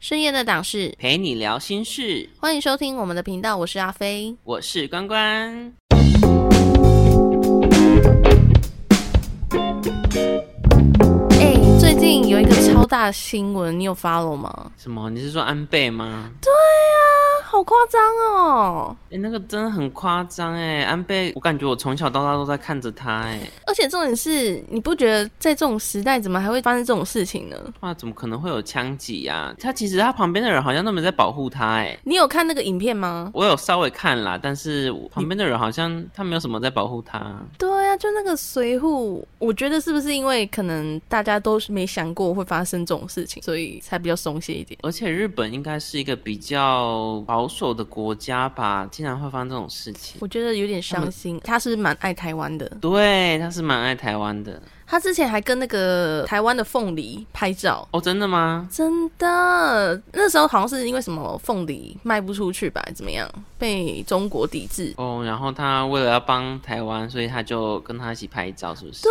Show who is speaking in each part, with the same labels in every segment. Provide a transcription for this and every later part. Speaker 1: 深夜的档事，
Speaker 2: 陪你聊心事，
Speaker 1: 欢迎收听我们的频道，我是阿飞。
Speaker 2: 我是关关。
Speaker 1: 哎、最近有一个超大的新闻，你有 follow 吗？
Speaker 2: 什么？你是说安倍吗？
Speaker 1: 啊，好夸张哦！
Speaker 2: 哎、那个真的很夸张哎，安倍，我感觉我从小到大都在看着他哎，
Speaker 1: 而且重点是，你不觉得在这种时代，怎么还会发生这种事情呢？
Speaker 2: 哇，怎么可能会有枪击呀、他其实他旁边的人好像都没在保护他哎，
Speaker 1: 你有看那个影片吗？
Speaker 2: 我有稍微看啦，但是我旁边的人好像他没有什么在保护他。
Speaker 1: 对啊，就那个随扈，我觉得是不是因为可能大家都是没想过会发生这种事情，所以才比较松懈一点。
Speaker 2: 而且日本应该是一个比较保守的国家吧，竟然会发生这种事情。
Speaker 1: 我觉得有点伤心，他是不是蛮爱台湾的。
Speaker 2: 对，他是蛮爱台湾的
Speaker 1: 他之前还跟那个台湾的凤梨拍照，
Speaker 2: 哦，真的吗？
Speaker 1: 真的，那时候好像是因为什么凤梨卖不出去吧，还是怎么样被中国抵制？
Speaker 2: 哦，然后他为了要帮台湾，所以他就跟他一起拍照，是不是？对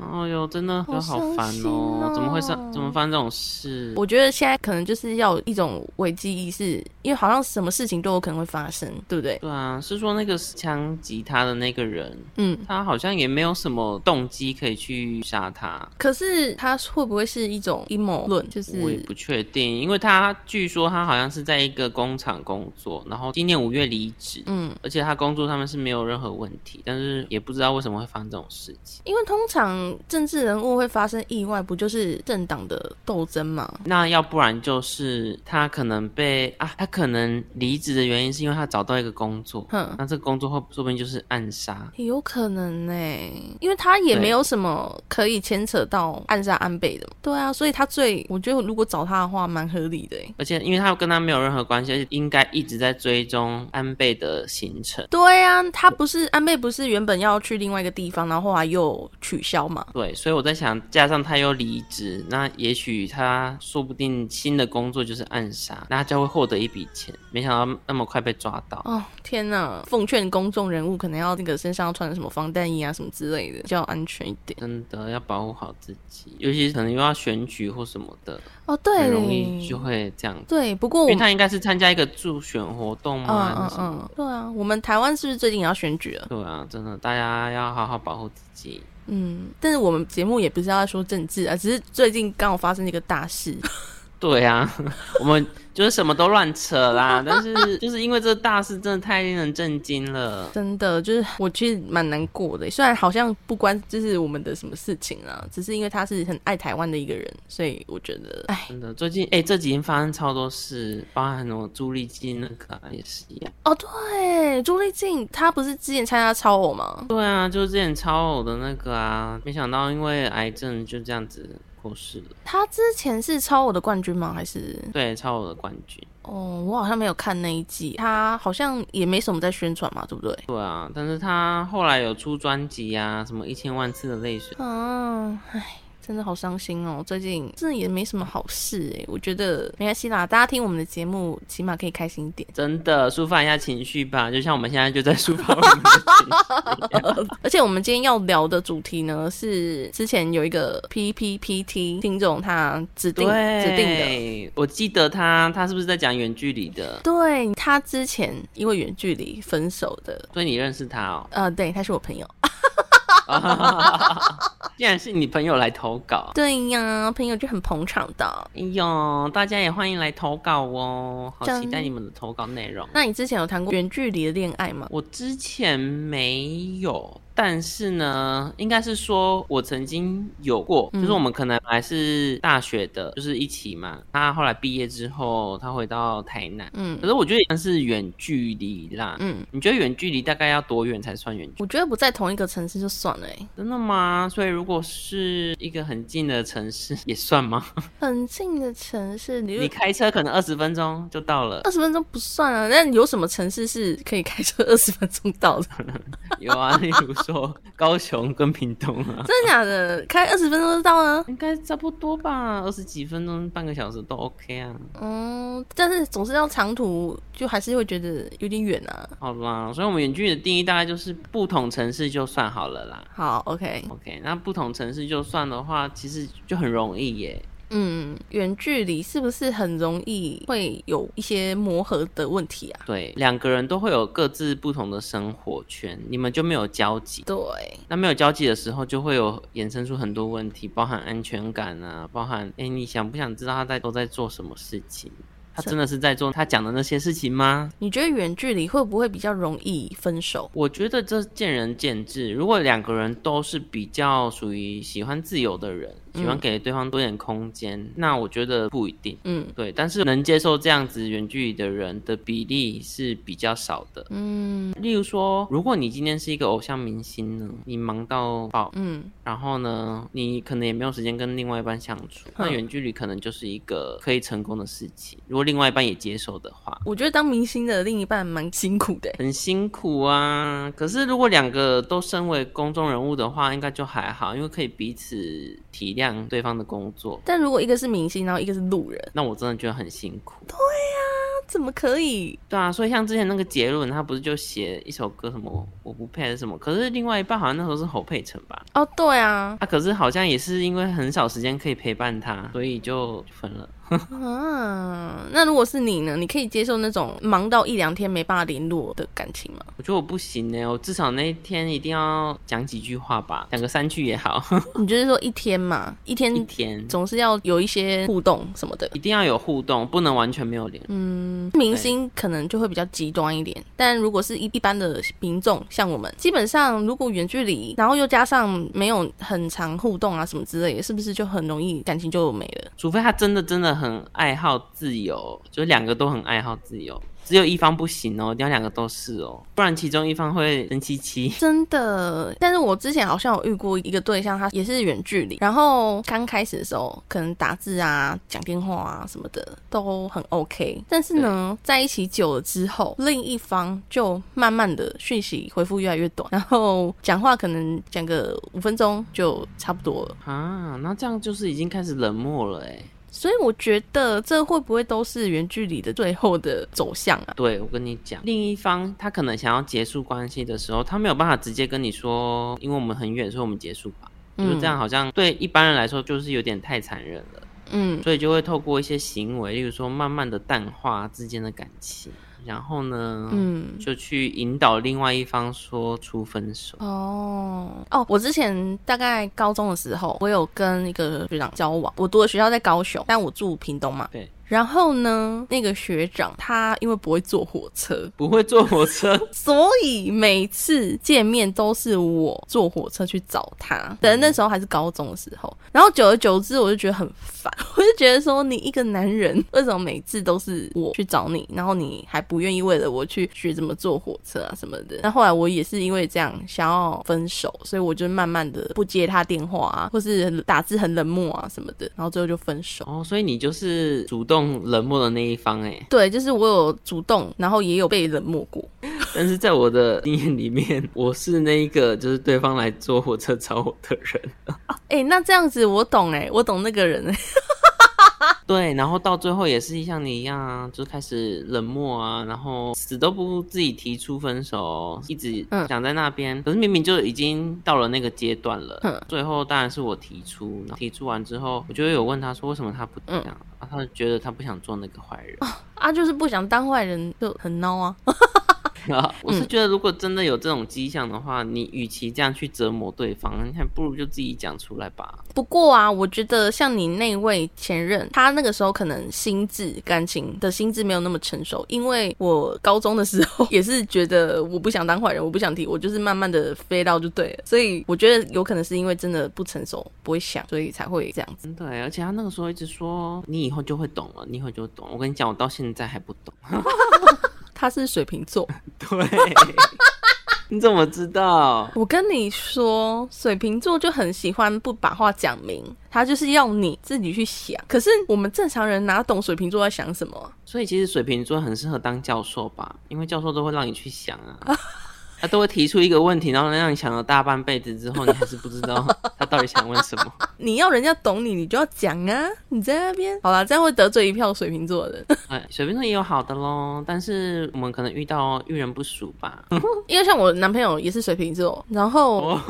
Speaker 2: 呀、哦哟，真的
Speaker 1: 好
Speaker 2: 好
Speaker 1: 伤
Speaker 2: 烦
Speaker 1: 心
Speaker 2: 哦！
Speaker 1: 哦
Speaker 2: 怎么会上？怎么发生这种事？
Speaker 1: 我觉得现在可能就是要有一种危机意识，因为好像什么事情都有可能会发生，对不对？
Speaker 2: 对啊，是说那个枪击他的那个人，
Speaker 1: 嗯。
Speaker 2: 他好像也没有什么动机可以去杀他。
Speaker 1: 可是他会不会是一种阴谋论？就是
Speaker 2: 我也不确定，因为他据说他好像是在一个工厂工作，然后今年五月离职，
Speaker 1: 嗯，
Speaker 2: 而且他工作上面是没有任何问题，但是也不知道为什么会发生这种事情。
Speaker 1: 因为通常政治人物会发生意外，不就是政党的斗争吗？
Speaker 2: 那要不然就是他可能被啊，他可能离职的原因是因为他找到一个工作，
Speaker 1: 哼，
Speaker 2: 那这个工作会说不定就是暗杀。
Speaker 1: 也有可能呢、因为他也
Speaker 2: 对
Speaker 1: 没有什么可以牵扯到暗杀安倍的嘛。对啊，所以他最我觉得如果找他的话，蛮合理的、欸。
Speaker 2: 而且，因为他跟他没有任何关系，而且应该一直在追踪安倍的行程。
Speaker 1: 对啊，他不是安倍，不是原本要去另外一个地方，然后后来又取消嘛？
Speaker 2: 对，所以我在想，加上他又离职，那也许他说不定新的工作就是暗杀，那他就会获得一笔钱。没想到那么快被抓到，
Speaker 1: 哦天哪！奉劝公众人物可能要那个身上要穿什么防弹衣啊什么之类的，比较安全一点。
Speaker 2: 真的要保护好自己，尤其是可能又要选举或什么的，
Speaker 1: 哦，对，
Speaker 2: 很容易就会这样子。
Speaker 1: 对。不过
Speaker 2: 因
Speaker 1: 我
Speaker 2: 为
Speaker 1: 们，
Speaker 2: 他应该是参加一个助选活动
Speaker 1: 嗯
Speaker 2: 嘛，还
Speaker 1: 嗯
Speaker 2: 是什
Speaker 1: 嗯，
Speaker 2: 么
Speaker 1: 对啊，我们台湾是不是最近也要选举了？
Speaker 2: 对啊，真的，大家要好好保护自己。
Speaker 1: 嗯，但是我们节目也不是要说政治啊，只是最近刚好发生一个大事。
Speaker 2: 对啊， 我们就是什么都乱 扯啦，但是就是因为这大事真的太令人震惊了。
Speaker 1: 真的，就是我其实蛮难过的，虽然好像不关就是我们的什么事情啊，只是因为他是很爱台湾的一个人，所以我觉得，哎，
Speaker 2: 真的，最近哎、这几天发生超多事，包含我朱丽静那个、啊、也是一样。
Speaker 1: 哦，对，朱丽静她不是之前参加超偶吗？
Speaker 2: 对啊，就是之前超偶的那个啊，没想到因为癌症就这样子过世了。
Speaker 1: 她之前是超偶的冠军吗？还是
Speaker 2: 对，超偶的冠军。
Speaker 1: 哦，我好像没有看那一季，她好像也没什么在宣传嘛，对不对？
Speaker 2: 对啊，但是他后来有出专辑啊，什么一千万次的泪水。
Speaker 1: 嗯，唉。真的好伤心哦！最近真的也没什么好事哎，我觉得没关系啦，大家听我们的节目，起码可以开心一点。
Speaker 2: 真的抒发一下情绪吧，就像我们现在就在 抒发我们的情绪。
Speaker 1: 而且我们今天要聊的主题呢，是之前有一个 PPPT 听众他指定
Speaker 2: 对，
Speaker 1: 指定的。
Speaker 2: 我记得他，他是不是在讲远距离的？
Speaker 1: 对他之前因为远距离分手的，？
Speaker 2: 所以你认识他哦
Speaker 1: 呃，对，他是我朋友。
Speaker 2: 竟然是你朋友来投稿。
Speaker 1: 对呀，朋友就很捧场的。
Speaker 2: 哎呦，大家也欢迎来投稿哦，好
Speaker 1: 真
Speaker 2: 期待你们的投稿内容。
Speaker 1: 那你之前有谈过远距离的恋爱吗？
Speaker 2: 我之前没有，但是呢，应该是说我曾经有过，
Speaker 1: 嗯
Speaker 2: 就是我们可能还是大学的，就是一起嘛。他后来毕业之后，他回到台南，
Speaker 1: 嗯
Speaker 2: 可是我觉得也算是远距离啦。
Speaker 1: 嗯，
Speaker 2: 你觉得远距离大概要多远才算远距？
Speaker 1: 我觉得不在同一个城市就算了、欸，
Speaker 2: 真的吗？所以如果是一个很近的城市，也算吗？
Speaker 1: 很近的城市，你
Speaker 2: 你
Speaker 1: 就
Speaker 2: 开车可能二十分钟就到 了。
Speaker 1: 二十分钟不算啊。那有什么城市是可以开车二十分钟到的？
Speaker 2: 有啊，例如说高雄跟屏东啊，
Speaker 1: 真的假的？开二十分钟就到呢？
Speaker 2: 应该差不多吧，二十几分钟、半个小时都 OK 啊。
Speaker 1: 嗯，但是总是要长途，就还是会觉得有点远啊。
Speaker 2: 好啦，所以我们远距离的定义大概就是不同城市就算好了啦。
Speaker 1: 好，OK，
Speaker 2: OK，那不同城市就算的话，其实就很容易耶。
Speaker 1: 嗯，远距离是不是很容易会有一些磨合的问题啊？
Speaker 2: 对，两个人都会有各自不同的生活圈，你们就没有交集。
Speaker 1: 对，
Speaker 2: 那没有交集的时候，就会有衍生出很多问题，包含安全感啊，包含哎，诶你想不想知道他在都在做什么事情？他真的是在做他讲的那些事情吗？
Speaker 1: 你觉得远距离会不会比较容易分手？
Speaker 2: 我觉得这见仁见智。如果两个人都是比较属于喜欢自由的人，喜欢给对方多点空间，那我觉得不一定。
Speaker 1: 嗯
Speaker 2: 对，但是能接受这样子远距离的人的比例是比较少的。
Speaker 1: 嗯
Speaker 2: 例如说，如果你今天是一个偶像明星呢，你忙到爆，
Speaker 1: 嗯，
Speaker 2: 然后呢，你可能也没有时间跟另外一半相处，那
Speaker 1: 嗯
Speaker 2: 远距离可能就是一个可以成功的事情。如果另外一半也接受的话，
Speaker 1: 我觉得当明星的另一半蛮辛苦的欸。
Speaker 2: 很辛苦啊。可是如果两个都身为公众人物的话，应该就还好，因为可以彼此体谅对方的工作。
Speaker 1: 但如果一个是明星，然后一个是路人，
Speaker 2: 那我真的觉得很辛苦。
Speaker 1: 那怎么可以？
Speaker 2: 对啊，所以像之前那个杰伦，他不是就写一首歌什么我我不配还是什么？可是另外一半好像那时候是侯佩岑吧？
Speaker 1: 哦，对啊，
Speaker 2: 啊，可是好像也是因为很少时间可以陪伴他，所以就分了。
Speaker 1: 啊，那如果是你呢？你可以接受那种忙到一两天没办法联络的感情吗？
Speaker 2: 我觉得我不行欸呢、我至少那一天一定要讲几句话吧，讲个三句也好，
Speaker 1: 你就是说一天嘛，一天
Speaker 2: 一天
Speaker 1: 总是要有一些互动什么的。
Speaker 2: 一定要有互动，不能完全没有联络。
Speaker 1: 嗯，明星可能就会比较极端一点，但如果是一一般的民众，像我们，基本上如果远距离，然后又加上没有很常互动啊什么之类的，是不是就很容易感情就没了？
Speaker 2: 除非他真的真的很爱好自由，就是两个都很爱好自由，只有一方不行哦，一定要两个都是哦，不然其中一方会生气 气。
Speaker 1: 真的，但是我之前好像有遇过一个对象，他也是远距离，然后刚开始的时候，可能打字啊、讲电话啊什么的都很 OK，但是呢，在一起久了之后，另一方就慢慢的讯息回复越来越短，然后讲话可能讲个五分钟就差不多了，
Speaker 2: 啊，那这样就是已经开始冷漠了哎。
Speaker 1: 所以我觉得这会不会都是远距离的最后的走向啊？
Speaker 2: 对，我跟你讲，另一方他可能想要结束关系的时候，他没有办法直接跟你说，因为我们很远，所以我们结束吧。就是这样，好像对一般人来说就是有点太残忍了，
Speaker 1: 嗯，
Speaker 2: 所以就会透过一些行为，例如说慢慢的淡化之间的感情，然后呢，
Speaker 1: 嗯
Speaker 2: 就去引导另外一方说出分手。
Speaker 1: 哦哦，我之前大概高中的时候，我有跟一个学长交往。我读的学校在高雄，但我住屏东嘛。
Speaker 2: 对，
Speaker 1: 然后呢，那个学长他因为不会坐火车，
Speaker 2: 不会坐火车，
Speaker 1: 所以每次见面都是我坐火车去找他。但那时候还是高中的时候，然后久而久之，我就觉得很烦， 我就觉得说，你一个男人为什么每次都是我去找你，然后你还不愿意为了我去学怎么坐火车啊什么的？那后来我也是因为这样想要分手，所以我就慢慢的不接他电话啊，或是打字很冷漠啊什么的，然后最后就分手。
Speaker 2: 哦，所以你就是主动冷漠的那一方哎。
Speaker 1: 对，就是我有主动，然后也有被冷漠过。
Speaker 2: 但是在我的经验里面，我是那一个就是对方来坐火车找我的人。
Speaker 1: 哎、那这样子我懂哎、我懂那个人哎、
Speaker 2: 对，然后到最后也是像你一样啊，就开始冷漠啊，然后死都不自己提出分手，哦一直
Speaker 1: 嗯
Speaker 2: 想在那边。可是明明就已经到了那个阶段了，
Speaker 1: 嗯
Speaker 2: 最后当然是我提出，然后提出完之后，我就有问他说为什么他不
Speaker 1: 嗯
Speaker 2: 这样，啊、他就觉得他不想做那个坏人。
Speaker 1: 啊，就是不想当坏人就很孬啊。 哦
Speaker 2: 我
Speaker 1: 嗯
Speaker 2: 是觉得如果真的有这种迹象的话，你与其这样去折磨对方，你还不如就自己讲出来吧。
Speaker 1: 不过啊，我觉得像你那位前任，他那个时候可能心智感情的心智没有那么成熟，因为我高中的时候也是觉得我不想当坏人，我不想提，我就是慢慢的飞到就对了。所以我觉得有可能是因为真的不成熟，不会想，所以才会这样子。
Speaker 2: 真的欸耶，而且他那个时候一直说你以后就会懂了，你以后就会懂。我跟你讲，我到现在还不懂。
Speaker 1: 他是水瓶座，
Speaker 2: 对，你怎么知道？
Speaker 1: 我跟你说，水瓶座就很喜欢不把话讲明，他就是要你自己去想。可是我们正常人哪懂水瓶座在想什么啊、
Speaker 2: 所以其实水瓶座很适合当教授吧，因为教授都会让你去想啊， 他都会提出一个问题，然后让你想了大半辈子之后，你还是不知道 他到底想问什么。
Speaker 1: 你要人家懂你，你就要讲啊！你在那边，好啦，这样会得罪一票水瓶座的人，
Speaker 2: 哎，水瓶座也有好的喽，但是我们可能遇到遇人不淑吧。
Speaker 1: 因为像我男朋友也是 水瓶座，然后、
Speaker 2: 哦，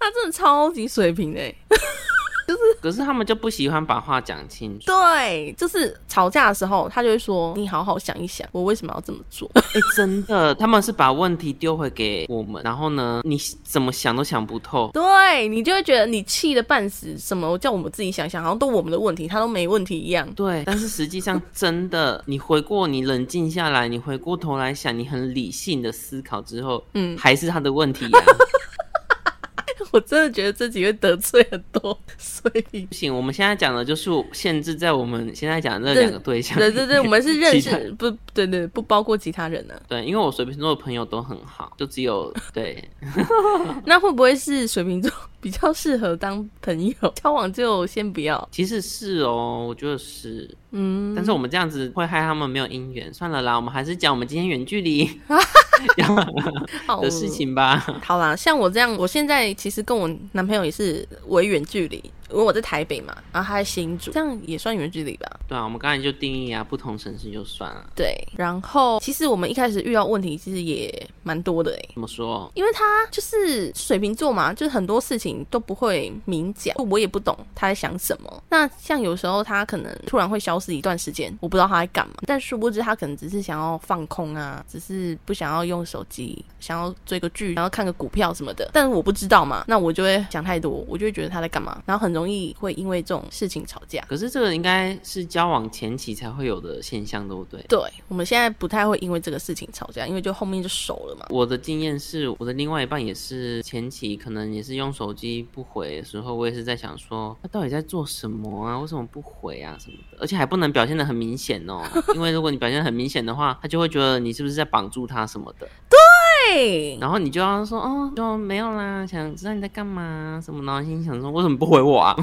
Speaker 1: 他真的超级水瓶的欸、就是
Speaker 2: 可是他们就不喜欢把话讲清 楚。
Speaker 1: 对，就是吵架的时候，他就会说：“你好好想一想，我为什么要这么做
Speaker 2: 哎、真的，他们是把问题丢回给我们，然后呢，你怎么想都想不？”透。
Speaker 1: 对你就会觉得你气的半死，什么叫我们自己想想，好像都我们的问题，他都没问题一样。
Speaker 2: 对，但是实际上真的，你回过，你冷静下来，你回过头来想，你很理性的思考之后，
Speaker 1: 嗯
Speaker 2: 还是他的问 题呀、啊
Speaker 1: 我真的觉得自己会得罪很多，所 以
Speaker 2: 不行，我们现在讲的就是限制在我们现在讲的这两个对象。
Speaker 1: 对对对，我们是认
Speaker 2: 其他
Speaker 1: 识不？对对，不包括其他人啊呢、
Speaker 2: 对，因为我随便做的朋友都很好，就只有对
Speaker 1: 那会不会是水瓶座比较适合当朋友？ 交往就先不要。
Speaker 2: 其实是哦，我觉得是，
Speaker 1: 嗯，
Speaker 2: 但是我们这样子会害他们没有姻缘。算了啦，我们还是讲我们今天远距离
Speaker 1: 好嗯
Speaker 2: 的事情吧。
Speaker 1: 好啦，像我这样，我现在其实跟我男朋友也是为远距离，因为我在台北嘛，然后他在新竹，这样也算远距离吧？
Speaker 2: 对啊，我们刚才就定义啊，不同城市就算了。
Speaker 1: 对。然后其实我们一开始遇到问题，其实也蛮多的欸诶、
Speaker 2: 怎么说？
Speaker 1: 因为他就是水瓶座嘛，就是很多事情都不会明讲，我也不懂他在想什么。那像有时候他可能突然会消失一段时间，我不知道他在干嘛，但殊不知他可能只是想要放空啊，只是不想要用手机，想要追个剧，然后看个股票什么的。但是我不知道嘛，那我就会想太多，我就会觉得他在干嘛，然后很容易会因为这种事情吵架。
Speaker 2: 可是这个应该是交往前期才会有的现象，对不对？
Speaker 1: 对我们现在不太会因为这个事情吵架，因为就后面就熟了嘛。
Speaker 2: 我的经验是，我的另外一半也是前期可能也是用手机不回的时候，我也是在想说，他到底在做什么啊？为什么不回啊什么的？而且还不能表现的很明显哦，因为如果你表现得很明显的话，他就会觉得你是不是在绑住他什么的，
Speaker 1: 对，
Speaker 2: 然后你就要说哦，就没有啦，想知道你在干嘛啊什么，然后心想说为什么不回我啊？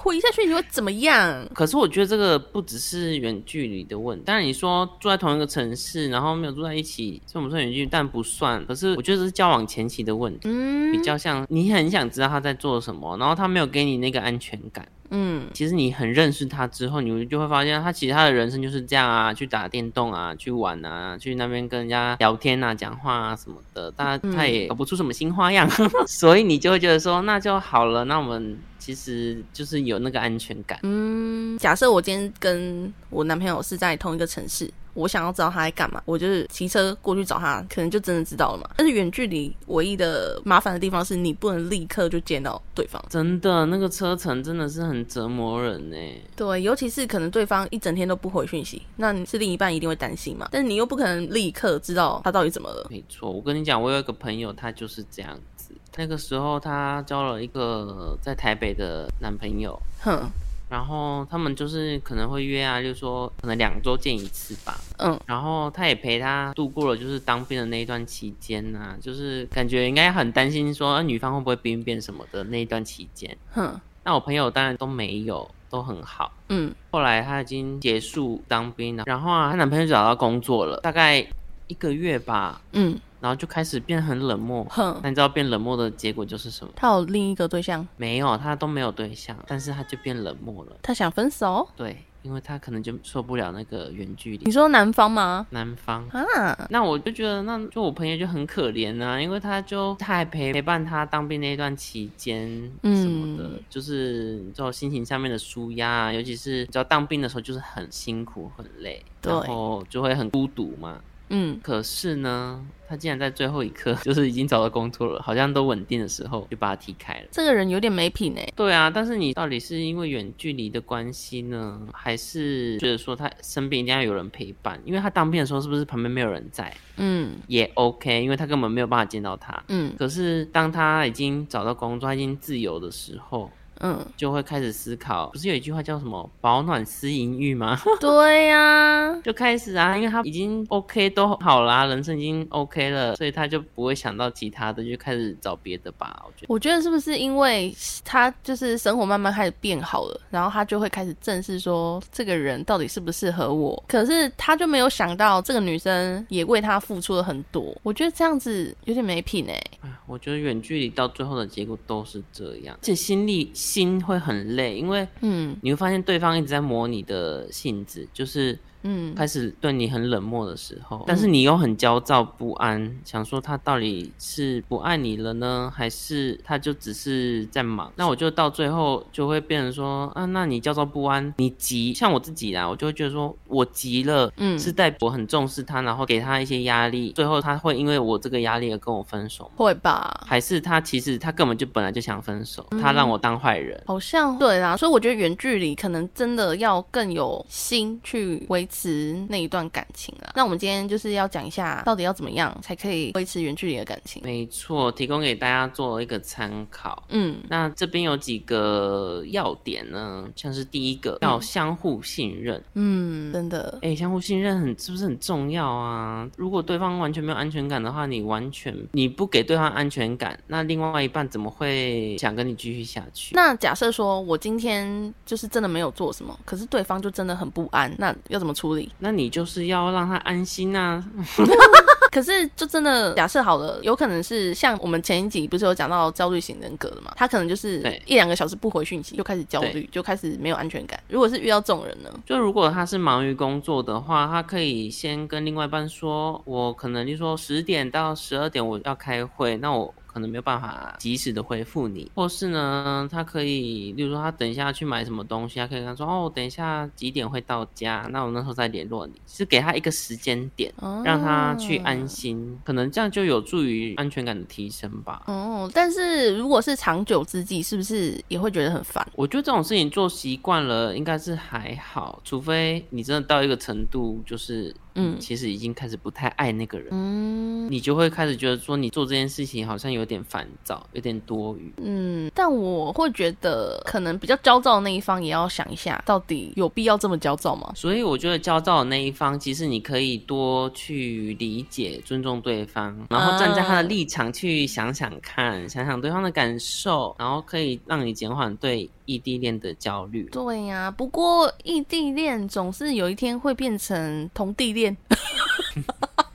Speaker 1: 回下去你会怎么样？
Speaker 2: 可是我觉得这个不只是远距离的问题，当然你说住在同一个城市，然后没有住在一起，算不算远距离？但不算。可是我觉得这是交往前期的问题。
Speaker 1: 嗯
Speaker 2: 比较像你很想知道他在做什么，然后他没有给你那个安全感。
Speaker 1: 嗯。
Speaker 2: 其实你很认识他之后，你就会发现他其实他的人生就是这样啊，去打电动啊，去玩啊，去那边跟人家聊天啊、讲话啊什么的，他
Speaker 1: 嗯
Speaker 2: 他也搞不出什么新花样， 所以你就会觉得说那就好了，那我们其实就是有那个安全感。
Speaker 1: 嗯，假设我今天跟我男朋友是在同一个城市，我想要知道他在干嘛，我就是骑车过去找他，可能就真的知道了嘛。但是远距离唯一的麻烦的地方是你不能立刻就见到对方。
Speaker 2: 真的，那个车程真的是很折磨人呢、欸
Speaker 1: 对，尤其是可能对方一整天都不回讯息，那你是另一半一定会担心嘛。但是你又不可能立刻知道他到底怎么了。
Speaker 2: 没错，我跟你讲，我有一个朋友，他就是这样子。那个时候，他交了一个在台北的男朋友，
Speaker 1: 哼，
Speaker 2: 然后他们就是可能会约啊，就说可能两周见一次吧。
Speaker 1: 嗯，
Speaker 2: 然后他也陪他度过了就是当兵的那一段期间呐、就是感觉应该很担心说、啊女方会不会兵变什么的那一段期间。
Speaker 1: 哼，
Speaker 2: 那我朋友当然都没有，都很好。
Speaker 1: 嗯，
Speaker 2: 后来她已经结束当兵了，然后啊，她男朋友就找到工作了，大概一个月吧，
Speaker 1: 嗯，
Speaker 2: 然后就开始变很冷漠。
Speaker 1: 哼，
Speaker 2: 那你知道变冷漠的结果就是什么？
Speaker 1: 他有另一个对象，
Speaker 2: 没有，她都没有对象，但是她就变冷漠了。
Speaker 1: 他想分手。
Speaker 2: 对，因为她可能就受不了那个远距离
Speaker 1: 你，说男方吗？
Speaker 2: 男方。
Speaker 1: 啊，
Speaker 2: 那我就觉得，那就我朋友就很可怜呐、因为他就他还陪陪伴他当兵那段期间什么的，
Speaker 1: 嗯
Speaker 2: 就是你知道心情上面的舒压啊，尤其是你知道当兵的时候就是很辛苦很累，
Speaker 1: 对
Speaker 2: 然后就会很孤独嘛。
Speaker 1: 嗯，
Speaker 2: 可是呢，他竟然在最后一刻， 就是已经找到工作了，好像都稳定的时候，就把他踢开了。
Speaker 1: 这个人有点没品哎、
Speaker 2: 对啊，但是你到底是因为远距离的关系呢，还是觉得说他身边一定要有人陪伴？因为他当兵的时候是不是旁边没有人在？
Speaker 1: 嗯
Speaker 2: 也 OK，因为他根本没有办法见到他。
Speaker 1: 嗯
Speaker 2: 可是当他已经找到工作，他已经自由的时候，
Speaker 1: 嗯，
Speaker 2: 就会开始思考。不是有一句话叫什么“保暖思淫欲”吗？
Speaker 1: 对呀、
Speaker 2: 就开始啊，因为他已经 OK 都好啦，人生已经 OK 了，所以他就不会想到其他的，就开始找别的吧。我觉得
Speaker 1: 我觉得是不是因为他就是生活慢慢开始变好了，然后他就会开始正视说这个人到底适不适合我。可是他就没有想到这个女生也为他付出了很多，我觉得这样子有点没品哎、
Speaker 2: 唉，我觉得远距离到最后的结果都是这样，而且心力心会很累，因为
Speaker 1: 嗯
Speaker 2: 你会发现对方一直在磨你的性子，就是
Speaker 1: 嗯，
Speaker 2: 开始对你很冷漠的时候，但是你又很焦躁不安，想说他到底是不爱你了呢，还是他就只是在忙？那我就到最后就会变成说啊，那你焦躁不安，你急，像我自己啦，我就会觉得说我急了，
Speaker 1: 嗯
Speaker 2: 是代表我很重视他，然后给他一些压力，最后他会因为我这个压力而跟我分手吗？
Speaker 1: 会吧？
Speaker 2: 还是他其实他根本就本来就想分手，他让我当坏人。
Speaker 1: 好像对啦，所以我觉得远距离可能真的要更有心去维持那一段感情啦。那我们今天就是要讲一下，到底要怎么样才可以维持远距离的感情？
Speaker 2: 没错，提供给大家做一个参考。
Speaker 1: 嗯
Speaker 2: 那这边有几个要点呢，像是第一个要相互信任，
Speaker 1: 嗯，真的，
Speaker 2: 哎、相互信任很是不是很重要啊？如果对方完全没有安全感的话，你完全你不给对方安全感，那另外一半怎么会想跟你继续下去？
Speaker 1: 那假设说我今天就是真的没有做什么，可是对方就真的很不安，那要怎么处理？
Speaker 2: 那你就是要让他安心啊，
Speaker 1: 可是就真的假设好了，有可能是像我们前一集不是有讲到焦虑型人格的嘛，他可能就是
Speaker 2: 对
Speaker 1: 一两个小时不回讯息就开始焦虑，就开始没有安全感。如果是遇到这种人呢？
Speaker 2: 就如果他是忙于工作的话，他可以先跟另外一半说，我可能就说十点到十二点我要开会，那我。可能没有办法及时的回复你，或是呢，他可以，例如说他等一下去买什么东西，他可以跟他说，哦，我等一下几点会到家，那我那时候再联络你，是给他一个时间点，
Speaker 1: 哦
Speaker 2: 让他去安心，可能这样就有助于安全感的提升吧。
Speaker 1: 哦，但是如果是长久之计，是不是也会觉得很烦？
Speaker 2: 我觉得这种事情做习惯了，应该是还好，除非你真的到一个程度，就是
Speaker 1: 嗯
Speaker 2: 嗯，其实已经开始不太爱那个人，
Speaker 1: 嗯
Speaker 2: 你就会开始觉得说，你做这件事情好像有点烦躁，有点多余。
Speaker 1: 嗯，但我会觉得可能比较焦躁的那一方也要想一下，到底有必要这么焦躁吗？
Speaker 2: 所以我觉得焦躁的那一方，其实你可以多去理解、尊重对方，然后站在他的立场去想想看，想想对方的感受，然后可以让你减缓对异地恋的焦虑。
Speaker 1: 对呀、不过异地恋总是有一天会变成同地恋，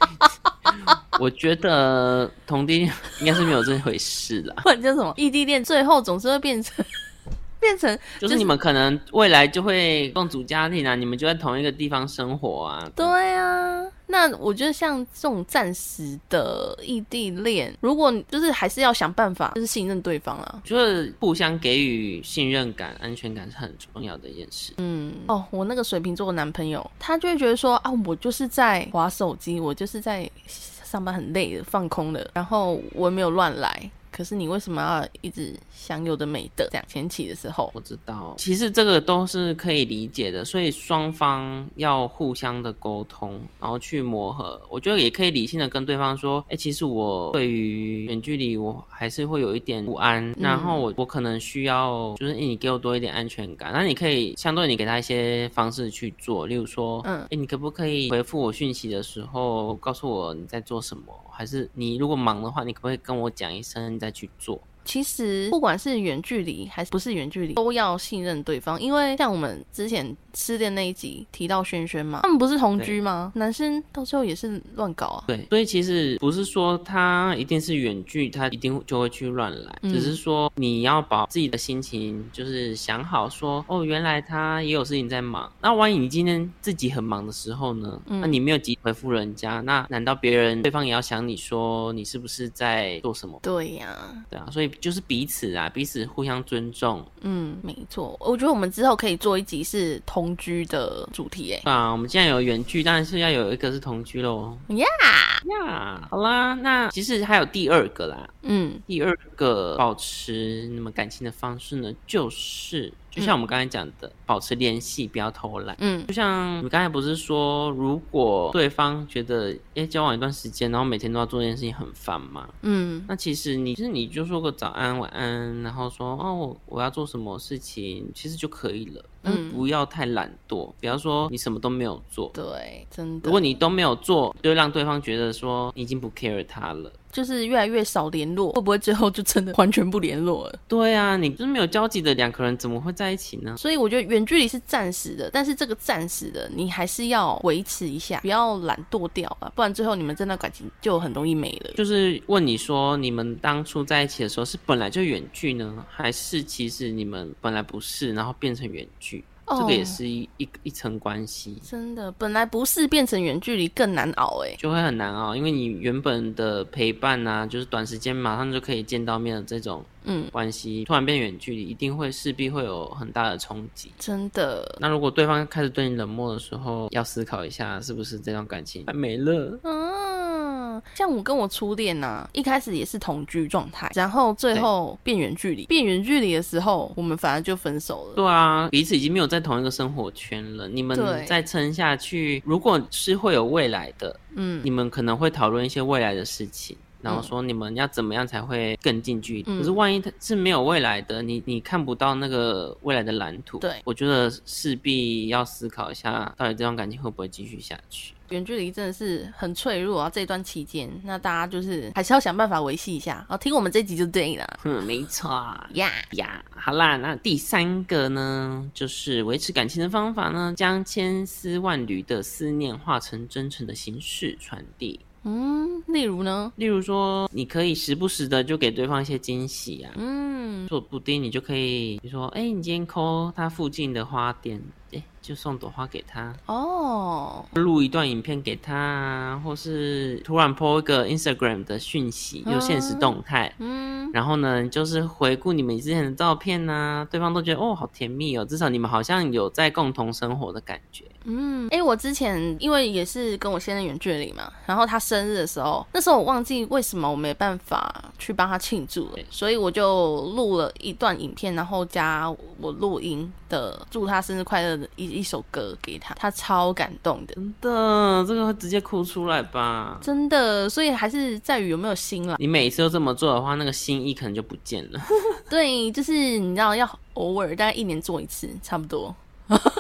Speaker 2: 我觉得同地恋 应该是没有这回事啦。
Speaker 1: 不然叫什么异地恋，最后总是会变成 变成
Speaker 2: 就是你们可能未来就会共组家庭啊，你们就在同一个地方生活啊。
Speaker 1: 对啊。那我觉得像这种暂时的异地恋，如果你就是还是要想办法，就是信任对方啊。
Speaker 2: 就是互相给予信任感、安全感是很重要的一件事。
Speaker 1: 嗯，哦，我那个水瓶座的男朋友，他就会觉得说啊，我就是在划手机，我就是在上班很累的放空的，然后我也没有乱来。可是你为什么要一直享有的美德？这样前期的时候，
Speaker 2: 我知道，其实这个都是可以理解的，所以双方要互相的沟通，然后去磨合。我觉得也可以理性的跟对方说，哎、其实我对于远距离我还是会有一点不安，然后我我可能需要就是、诶哎你给我多一点安全感。那你可以相对你给他一些方式去做，例如说，
Speaker 1: 嗯
Speaker 2: 嗯，哎、你可不可以回复我讯息的时候告诉我你在做什么？还是你如果忙的话，你可不可以跟我讲一声你再去做？
Speaker 1: 其实不管是远距离还是不是远距离，都要信任对方，因为像我们之前失恋那一集提到轩轩嘛，他们不是同居吗？男生到最后也是乱搞啊。
Speaker 2: 对，所以其实不是说他一定是远距，他一定就会去乱来，
Speaker 1: 嗯
Speaker 2: 只是说你要把自己的心情就是想好说，哦，原来他也有事情在忙。那万一你今天自己很忙的时候呢？
Speaker 1: 嗯
Speaker 2: 那你没有及时回复人家，那难道别人对方也要想你说你是不是在做什么？
Speaker 1: 对呀、
Speaker 2: 对啊，所以就是彼此啊，彼此互相尊重。
Speaker 1: 嗯，没错。我觉得我们之后可以做一集是同居的主题、诶。
Speaker 2: 啊，我们既然有远距，当然是要有一个是同居喽。
Speaker 1: 呀
Speaker 2: 呀、好啦，那其实还有第二个啦，
Speaker 1: 嗯
Speaker 2: 第二个保持那么感情的方式呢，就是就像我们刚才讲的，保持联系，不要偷懒。
Speaker 1: 嗯
Speaker 2: 就像你刚才不是说，如果对方觉得诶交往一段时间，然后每天都要做这件事情很烦吗？
Speaker 1: 嗯
Speaker 2: 那其实你就是你就说个早安晚安，然后说哦我我要做什么事情，其实就可以了。但是
Speaker 1: 嗯
Speaker 2: 不要太懒惰，不要说你什么都没有做，。
Speaker 1: 对，真的。
Speaker 2: 如果你都没有做，就会让对方觉得说你已经不 care 他了。
Speaker 1: 就是越来越少联络，会不会最后就真的完全不联络了？
Speaker 2: 对啊，你就是没有交集的两个人怎么会在一起呢？
Speaker 1: 所以我觉得远距离是暂时的，但是这个暂时的你还是要维持一下，不要懒惰掉啊，不然最后你们这段感情就很容易没了。
Speaker 2: 就是问你说，你们当初在一起的时候是本来就远距呢，还是其实你们本来不是，然后变成远距？
Speaker 1: 哦
Speaker 2: 这个也是一一一层关系，
Speaker 1: 真的，本来不是变成远距离更难熬哎、
Speaker 2: 就会很难哦熬，因为你原本的陪伴啊，就是短时间马上就可以见到面的这种
Speaker 1: 嗯，
Speaker 2: 关系，突然变远距离，一定会势必会有很大的冲击。
Speaker 1: 真的，
Speaker 2: 那如果对方开始对你冷漠的时候，要思考一下，是不是这段感情快没了？
Speaker 1: 嗯，像我跟我初恋呐、一开始也是同居状态，然后最后变远距离，变远距离的时候，我们反而就分手了。
Speaker 2: 对啊，彼此已经没有在同一个生活圈了。你们
Speaker 1: 对
Speaker 2: 再撑下去，如果是会有未来的，
Speaker 1: 嗯
Speaker 2: 你们可能会讨论一些未来的事情，然后说你们要怎么样才会更近距离。
Speaker 1: 嗯
Speaker 2: 可是万一他是没有未来的，你你看不到那个未来的蓝图，
Speaker 1: 对
Speaker 2: 我觉得势必要思考一下，到底这段感情会不会继续下去。
Speaker 1: 远距离真的是很脆弱啊，这段期间，那大家就是还是要想办法维系一下。啊，听我们这集就对了
Speaker 2: 哼，没错啊
Speaker 1: 呀。
Speaker 2: 呀。好啦，那第三个呢，就是维持感情的方法呢，将千丝万缕的思念化成真诚的形式传递。
Speaker 1: 嗯，例如呢，
Speaker 2: 例如说，你可以时不时的就给对方一些惊喜啊，
Speaker 1: 嗯，
Speaker 2: 做布丁，你就可以，比如说，哎、你今天抠他附近的花店，哎、就送朵花给他，
Speaker 1: 哦，
Speaker 2: 录一段影片给他啊，或是突然 po 一个 Instagram 的讯息，有现实动态，
Speaker 1: 嗯，
Speaker 2: 然后呢，就是回顾你们之前的照片呐、对方都觉得哦，好甜蜜哦，至少你们好像有在共同生活的感觉。
Speaker 1: 嗯，哎、我之前因为也是跟我现任远距离嘛，然后他生日的时候，那时候我忘记为什么我没办法去帮他庆祝了
Speaker 2: 对，
Speaker 1: 所以我就录了一段影片，然后加我录音的祝他生日快乐的一一首歌给他，他超感动的，
Speaker 2: 真的，这个会直接哭出来吧？
Speaker 1: 真的，所以还是在于有没有心啦。
Speaker 2: 你每次都这么做的话，那个心意可能就不见了，
Speaker 1: 对，就是你知道要偶尔大概一年做一次，差不多。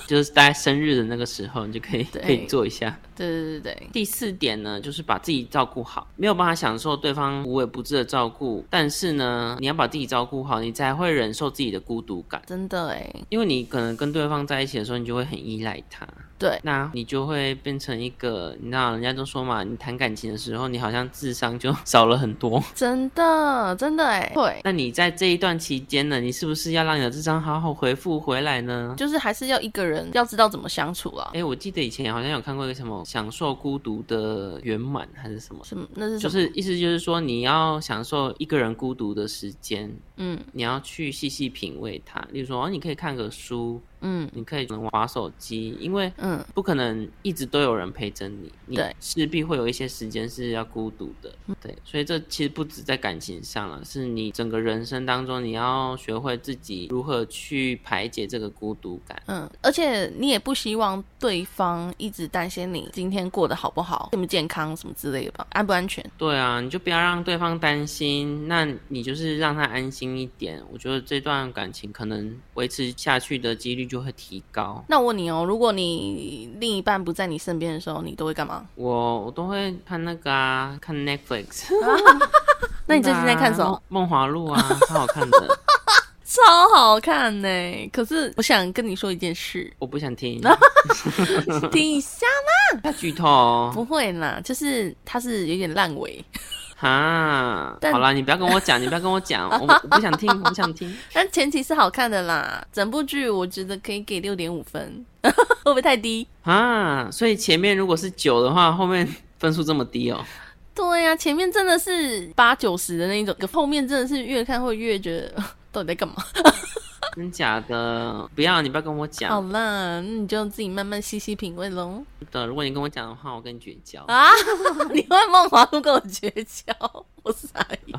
Speaker 2: 就是大家生日的那个时候，你就可以
Speaker 1: 对
Speaker 2: 可以做一下。
Speaker 1: 对对对对，
Speaker 2: 第四点呢，就是把自己照顾好，没有办法享受对方无微不至的照顾，但是呢，你要把自己照顾好，你才会忍受自己的孤独感，
Speaker 1: 真的哎，
Speaker 2: 因为你可能跟对方在一起的时候，你就会很依赖他。
Speaker 1: 对，
Speaker 2: 那你就会变成一个，你知道，人家都说嘛，你谈感情的时候，你好像智商就少了很 多。
Speaker 1: 真的真的哎，会。
Speaker 2: 那你在这一段期间呢，你是不是要让你的智商好好回复回来呢？
Speaker 1: 就是还是要一个人要知道怎么相处啊。
Speaker 2: 哎，我记得以前好像有看过一个什么“享受孤独的圆满”还是什么，
Speaker 1: 什么？那是什
Speaker 2: 就
Speaker 1: 么？
Speaker 2: 是意思就是说，你要享受一个人孤独的时间，
Speaker 1: 嗯
Speaker 2: 你要去细细品味它。例如说，哦，你可以看个书，
Speaker 1: 嗯
Speaker 2: 你可以划手机，因为
Speaker 1: 嗯，
Speaker 2: 不可能一直都有人陪着你，你
Speaker 1: 对嗯
Speaker 2: 势必会有一些时间是要孤独的，对，所以这其实不止在感情上了，是你整个人生当中，你要学会自己如何去排解这个孤独感。
Speaker 1: 嗯，而且你也不希望对方一直担心你今天过得好不好、健不健康什么之类的吧，安不安全？
Speaker 2: 对啊，你就不要让对方担心，那你就是让他安心一点。我觉得这段感情可能维持下去的几率就会提高。
Speaker 1: 那我问你哦，如果你另一半不在你身边的时候，你都会干 嘛？
Speaker 2: 我我都会看那个啊，看 Netflix。
Speaker 1: 那你最近在看什么？
Speaker 2: 梦？梦华录啊，超好看的。，
Speaker 1: 超好看呢、可是我想跟你说一件事
Speaker 2: 我不想听。
Speaker 1: 听一下
Speaker 2: 他剧透哦，
Speaker 1: 不会啦，就是它是有点烂尾，
Speaker 2: 哈，
Speaker 1: 但
Speaker 2: 好啦，你不要跟我讲，你不要跟我讲，我我不想听，我不想听。
Speaker 1: 但前提是好看的啦。整部剧我觉得可以给六点五分， 会不会太低？
Speaker 2: 啊，所以前面如果是九的话，后面分数这么低哦。
Speaker 1: 对呀、前面真的是八九十的那一种，可后面真的是越看会越觉得 到底在干嘛。
Speaker 2: 真假的，不要，你不要跟我讲
Speaker 1: 好啦，那你就自己慢慢细细品味喽。
Speaker 2: 的。如果你跟我讲的话，我跟你绝交。
Speaker 1: 啊，你会梦华录跟我绝交， 我傻眼。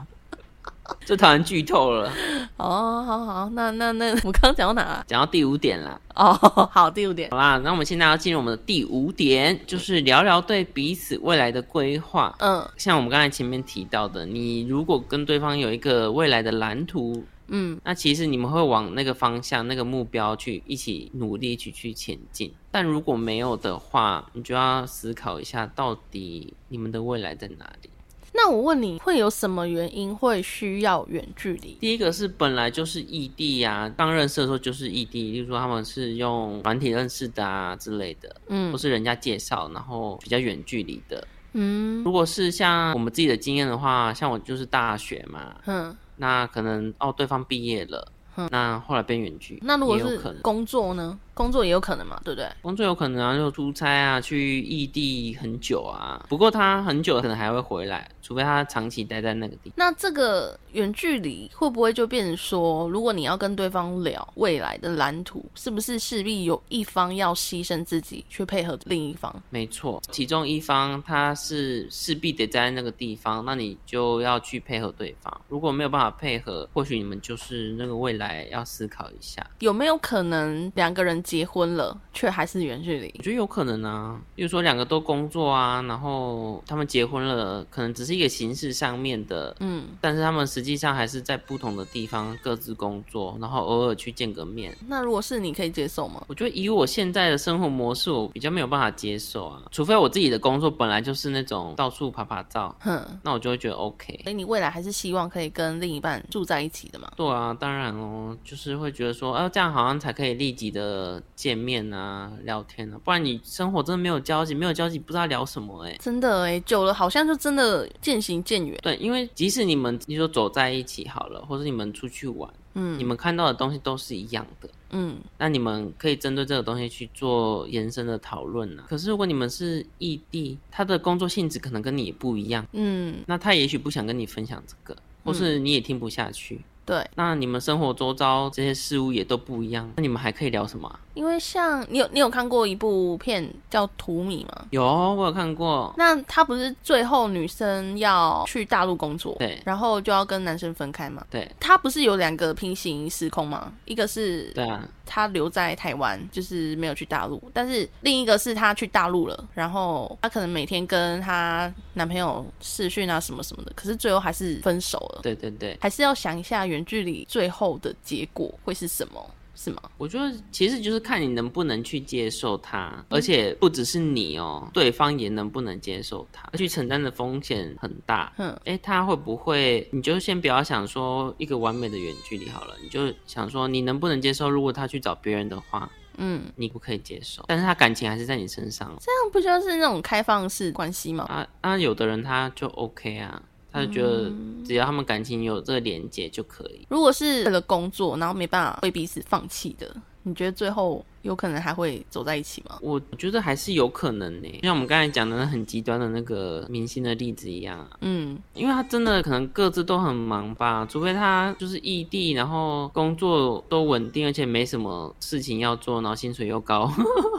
Speaker 2: 最讨厌剧透了。
Speaker 1: 哦，好好，那那那，我刚刚讲到哪啊？
Speaker 2: 讲到第五点啦，
Speaker 1: 哦，好，第五点。
Speaker 2: 好啦，那我们现在要进入我们的第五点，就是聊聊对彼此未来的规划。
Speaker 1: 嗯
Speaker 2: 像我们刚才前面提到的，你如果跟对方有一个未来的蓝图，
Speaker 1: 嗯，
Speaker 2: 那其实你们会往那个方向、那个目标去一起努力，一起去前进。但如果没有的话，你就要思考一下，到底你们的未来在哪里。
Speaker 1: 那我问你，会有什么原因会需要远距离？
Speaker 2: 第一个是本来就是异地啊，刚认识的时候就是异地，例如说他们是用软体认识的啊之类的，或
Speaker 1: 嗯
Speaker 2: 是人家介绍，然后比较远距离的。
Speaker 1: 嗯
Speaker 2: 如果是像我们自己的经验的话，像我就是大学嘛，
Speaker 1: 嗯，
Speaker 2: 那可能哦对方毕业了，那后来变远距，
Speaker 1: 那如果
Speaker 2: 也有
Speaker 1: 是
Speaker 2: 可能。
Speaker 1: 工作呢？工作也有可能嘛，对不对？
Speaker 2: 工作有可能啊，就出差啊，去异地很久啊。不过他很久可能还会回来，除非他长期待在那个地。
Speaker 1: 那这个远距离会不会就变成说，如果你要跟对方聊未来的蓝图，是不是势必有一方要牺牲自己去配合另一方？
Speaker 2: 没错，其中一方他是势必得在那个地方，那你就要去配合对方。如果没有办法配合，或许你们就是那个未来要思考一下。
Speaker 1: 有没有可能两个人结婚了，却还是远距离？
Speaker 2: 我觉得有可能啊，比如说两个都工作啊，然后他们结婚了，可能只是一个形式上面的，
Speaker 1: 嗯，
Speaker 2: 但是他们实际上还是在不同的地方各自工作，然后偶尔去见个面。
Speaker 1: 那如果是你可以接受吗？
Speaker 2: 我觉得以我现在的生活模式，我比较没有办法接受啊，除非我自己的工作本来就是那种到处拍拍照，
Speaker 1: 哼，
Speaker 2: 那我就会觉得 OK。
Speaker 1: 哎所以你未来还是希望可以跟另一半住在一起的嘛？
Speaker 2: 对啊，当然哦，就是会觉得说，啊，这样好像才可以立即的见面啊、聊天啊，不然你生活真的没有交集，没有交集不知道聊什么哎、
Speaker 1: 真的哎，久了好像就真的渐行渐远。
Speaker 2: 对，因为即使你们你说走在一起好了，或者你们出去玩，
Speaker 1: 嗯
Speaker 2: 你们看到的东西都是一样的，
Speaker 1: 嗯，
Speaker 2: 那你们可以针对这个东西去做延伸的讨论啊。可是如果你们是异地，他的工作性质可能跟你也不一样，
Speaker 1: 嗯，
Speaker 2: 那他也许不想跟你分享这个，或是你也听不下去。
Speaker 1: 对，
Speaker 2: 那你们生活周遭这些事物也都不一样，那你们还可以聊什么啊、
Speaker 1: 因为像你有你有看过一部片叫《荼蘼》吗？
Speaker 2: 有，我有看过。
Speaker 1: 那她不是最后女生要去大陆工作，
Speaker 2: 对
Speaker 1: 然后就要跟男生分开吗？
Speaker 2: 对
Speaker 1: 她不是有两个平行时空吗？一个是
Speaker 2: 对啊，
Speaker 1: 她留在台湾，就是没有去大陆，但是另一个是她去大陆了，然后她可能每天跟她男朋友视讯啊什么什么的，可是最后还是分手了。
Speaker 2: 对对对，
Speaker 1: 还是要想一下远距离最后的结果会是什么，是吗？
Speaker 2: 我觉得其实就是看你能不能去接受它，而且不只是你哦，对方也能不能接受它，去承担的风险很大。
Speaker 1: 哼，
Speaker 2: 哎，他会不会？你就先不要想说一个完美的远距离好了，你就想说你能不能接受？如果他去找别人的话，
Speaker 1: 嗯，
Speaker 2: 你不可以接受，但是他感情还是在你身上哦
Speaker 1: 这样不就是那种开放式关系吗？
Speaker 2: 啊啊！有的人他就 OK 啊，他就觉得只要他们感情有这个连接就可以。
Speaker 1: 如果是为了工作，然后没办法为彼此放弃的，你觉得最后有可能还会走在一起吗？
Speaker 2: 我觉得还是有可能呢、就像我们刚才讲的那很极端的那个明星的例子一样啊，
Speaker 1: 嗯，
Speaker 2: 因为他真的可能各自都很忙吧，除非他就是异地，然后工作都稳定，而且没什么事情要做，然后薪水又高，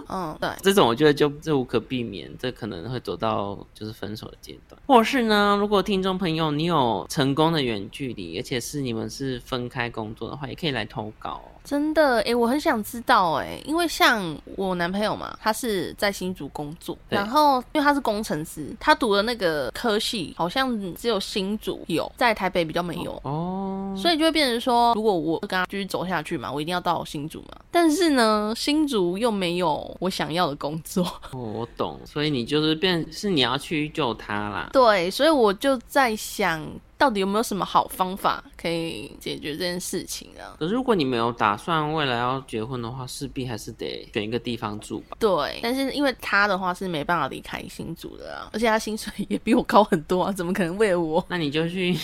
Speaker 1: 嗯，对，
Speaker 2: 这种我觉得就这无可避免，这可能会走到就是分手的阶段。或是呢，如果听众朋友你有成功的远距离，而且是你们是分开工作的话，也可以来投稿哦。
Speaker 1: 真的，诶，我很想知道，诶，因为像我男朋友嘛，他是在新竹工作，
Speaker 2: 对
Speaker 1: 然后因为他是工程师，他读的那个科系好像只有新竹有，在台北比较没有。
Speaker 2: 哦，
Speaker 1: 所以就会变成说，如果我跟他继续走下去嘛，我一定要到新竹嘛。但是呢，新竹又没有我想要的工作，
Speaker 2: 哦我懂，所以你就是变是你要去救他啦。
Speaker 1: 对，所以我就在想，到底有没有什么好方法可以解决这件事情啊？
Speaker 2: 可是如果你没有打算未来要结婚的话，势必还是得选一个地方住吧。
Speaker 1: 对，但是因为他的话是没办法离开新竹的啊，而且他薪水 也比我高很多啊，怎么可能为了我？
Speaker 2: 那你就去，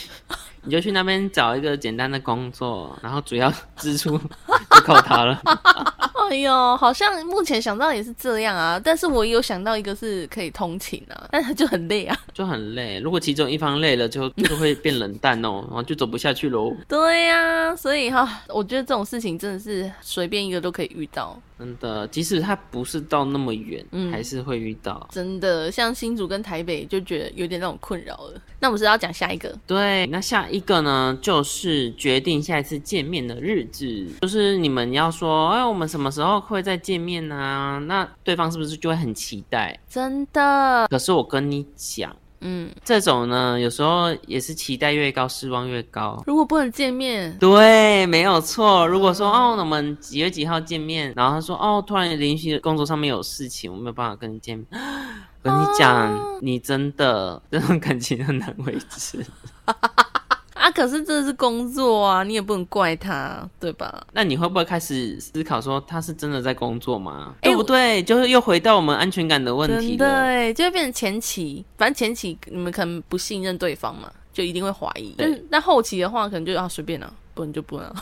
Speaker 2: 你就去那边找一个简单的工作，然后主要 支出就靠他了。
Speaker 1: 哎呦，好像目前想到也是这样啊，但是我有想到一个是可以通勤啊，但他就很累啊。
Speaker 2: 就很累。如果其中一方累了，就 就会变冷淡哦，然后就走不下去喽。
Speaker 1: 对呀、所以哈，我觉得这种事情真的是随便一个都可以遇到，
Speaker 2: 真的，即使他不是到那么远，
Speaker 1: 嗯
Speaker 2: 还是会遇到。
Speaker 1: 真的像新竹跟台北就觉得有点那种困扰了。那我们是要讲下一个，
Speaker 2: 对，那下一个呢，就是决定下一次见面的日子，就是你们要说，哎，我们什么时候会再见面呢、啊？那对方是不是就会很期待？
Speaker 1: 真的，
Speaker 2: 可是我跟你讲，
Speaker 1: 嗯，
Speaker 2: 这种呢，有时候也是期待越高，失望越高。
Speaker 1: 如果不能见面，
Speaker 2: 对，没有错。如果说哦，我们几月几号见面，然后他说哦，突然临时工作上面有事情，我没有办法跟你见面。 跟你讲，你真的 这种感情很难维持。
Speaker 1: 啊，可是这是工作啊，你也不能怪他，对吧？
Speaker 2: 那你会不会开始思考说他是真的在工作吗？
Speaker 1: 哎
Speaker 2: 对不对？就是又回到我们安全感的问题
Speaker 1: 真的
Speaker 2: 了。
Speaker 1: 哎，就会变成前期，反正前期你们可能不信任对方嘛，就一定会怀疑。但
Speaker 2: 对嗯
Speaker 1: 是那后期的话，可能就要随便了、不然就不能啊、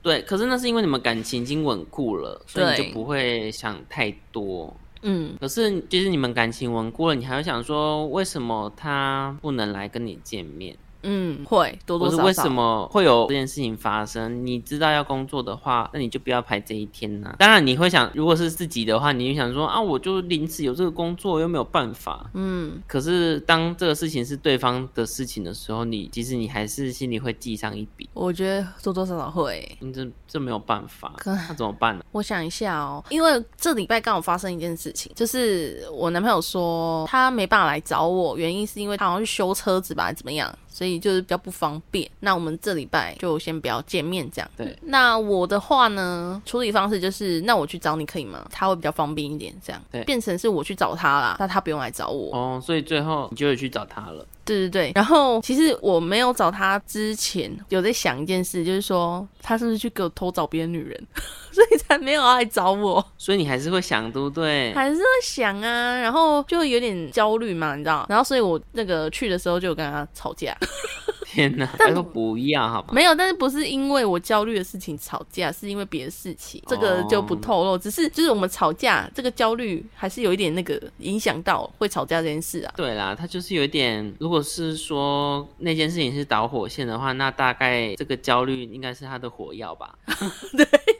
Speaker 2: 对，可是那是因为你们感情已经稳固了，所以你
Speaker 1: 对
Speaker 2: 就不会想太多。
Speaker 1: 嗯，
Speaker 2: 可是就是你们感情稳固了，你还会想说为什么他不能来跟你见面，
Speaker 1: 嗯，会多
Speaker 2: 或
Speaker 1: 多
Speaker 2: 是
Speaker 1: 少少。
Speaker 2: 为什？么会有这件事情发生？你知道要工作的话，那你就不要排这一天呐、当然你会想，如果是自己的话，你就想说啊，我就临时有这个工作，又没有办法。
Speaker 1: 嗯，
Speaker 2: 可是当这个事情是对方的事情的时候，你其实你还是心里会记上一笔，
Speaker 1: 我觉得多多少少会。
Speaker 2: 你这这没有办法，
Speaker 1: 可
Speaker 2: 那怎么办呢、
Speaker 1: 我想一下哦，因为这礼拜刚好发生一件事情，就是我男朋友说他没办法来找我，原因是因为他好像去修车子吧，怎么样，所以就是比较不方便。那我们这礼拜就先不要见面这样。嗯
Speaker 2: 对，
Speaker 1: 那我的话呢，处理方式就是，那我去找你可以吗？他会比较方便一点，这样
Speaker 2: 对
Speaker 1: 变成是我去找他啦，那他不用来找我。
Speaker 2: 哦，所以最后你就会去找他了。
Speaker 1: 对对对，然后其实我没有找他之前，有在想一件事，就是说他是不是去给我偷找别的女人， 所以才没有要来找我，
Speaker 2: 所以你还是会想，对不 对？
Speaker 1: 还是会想啊，然后就有点焦虑嘛，你知道？然后所以我那个去的时候就有跟他吵架，
Speaker 2: 天哪，他说不要好吗？
Speaker 1: 没有，但是不是因为我焦虑的事情吵架，是因为别的事情，这个就不透露，只是就是我们吵架这个焦虑还是有一点那个影响到会吵架这件事啊。
Speaker 2: 对啦，他就是有一点，如果是说那件事情是导火线的话，那大概这个焦虑应该是他的火药吧？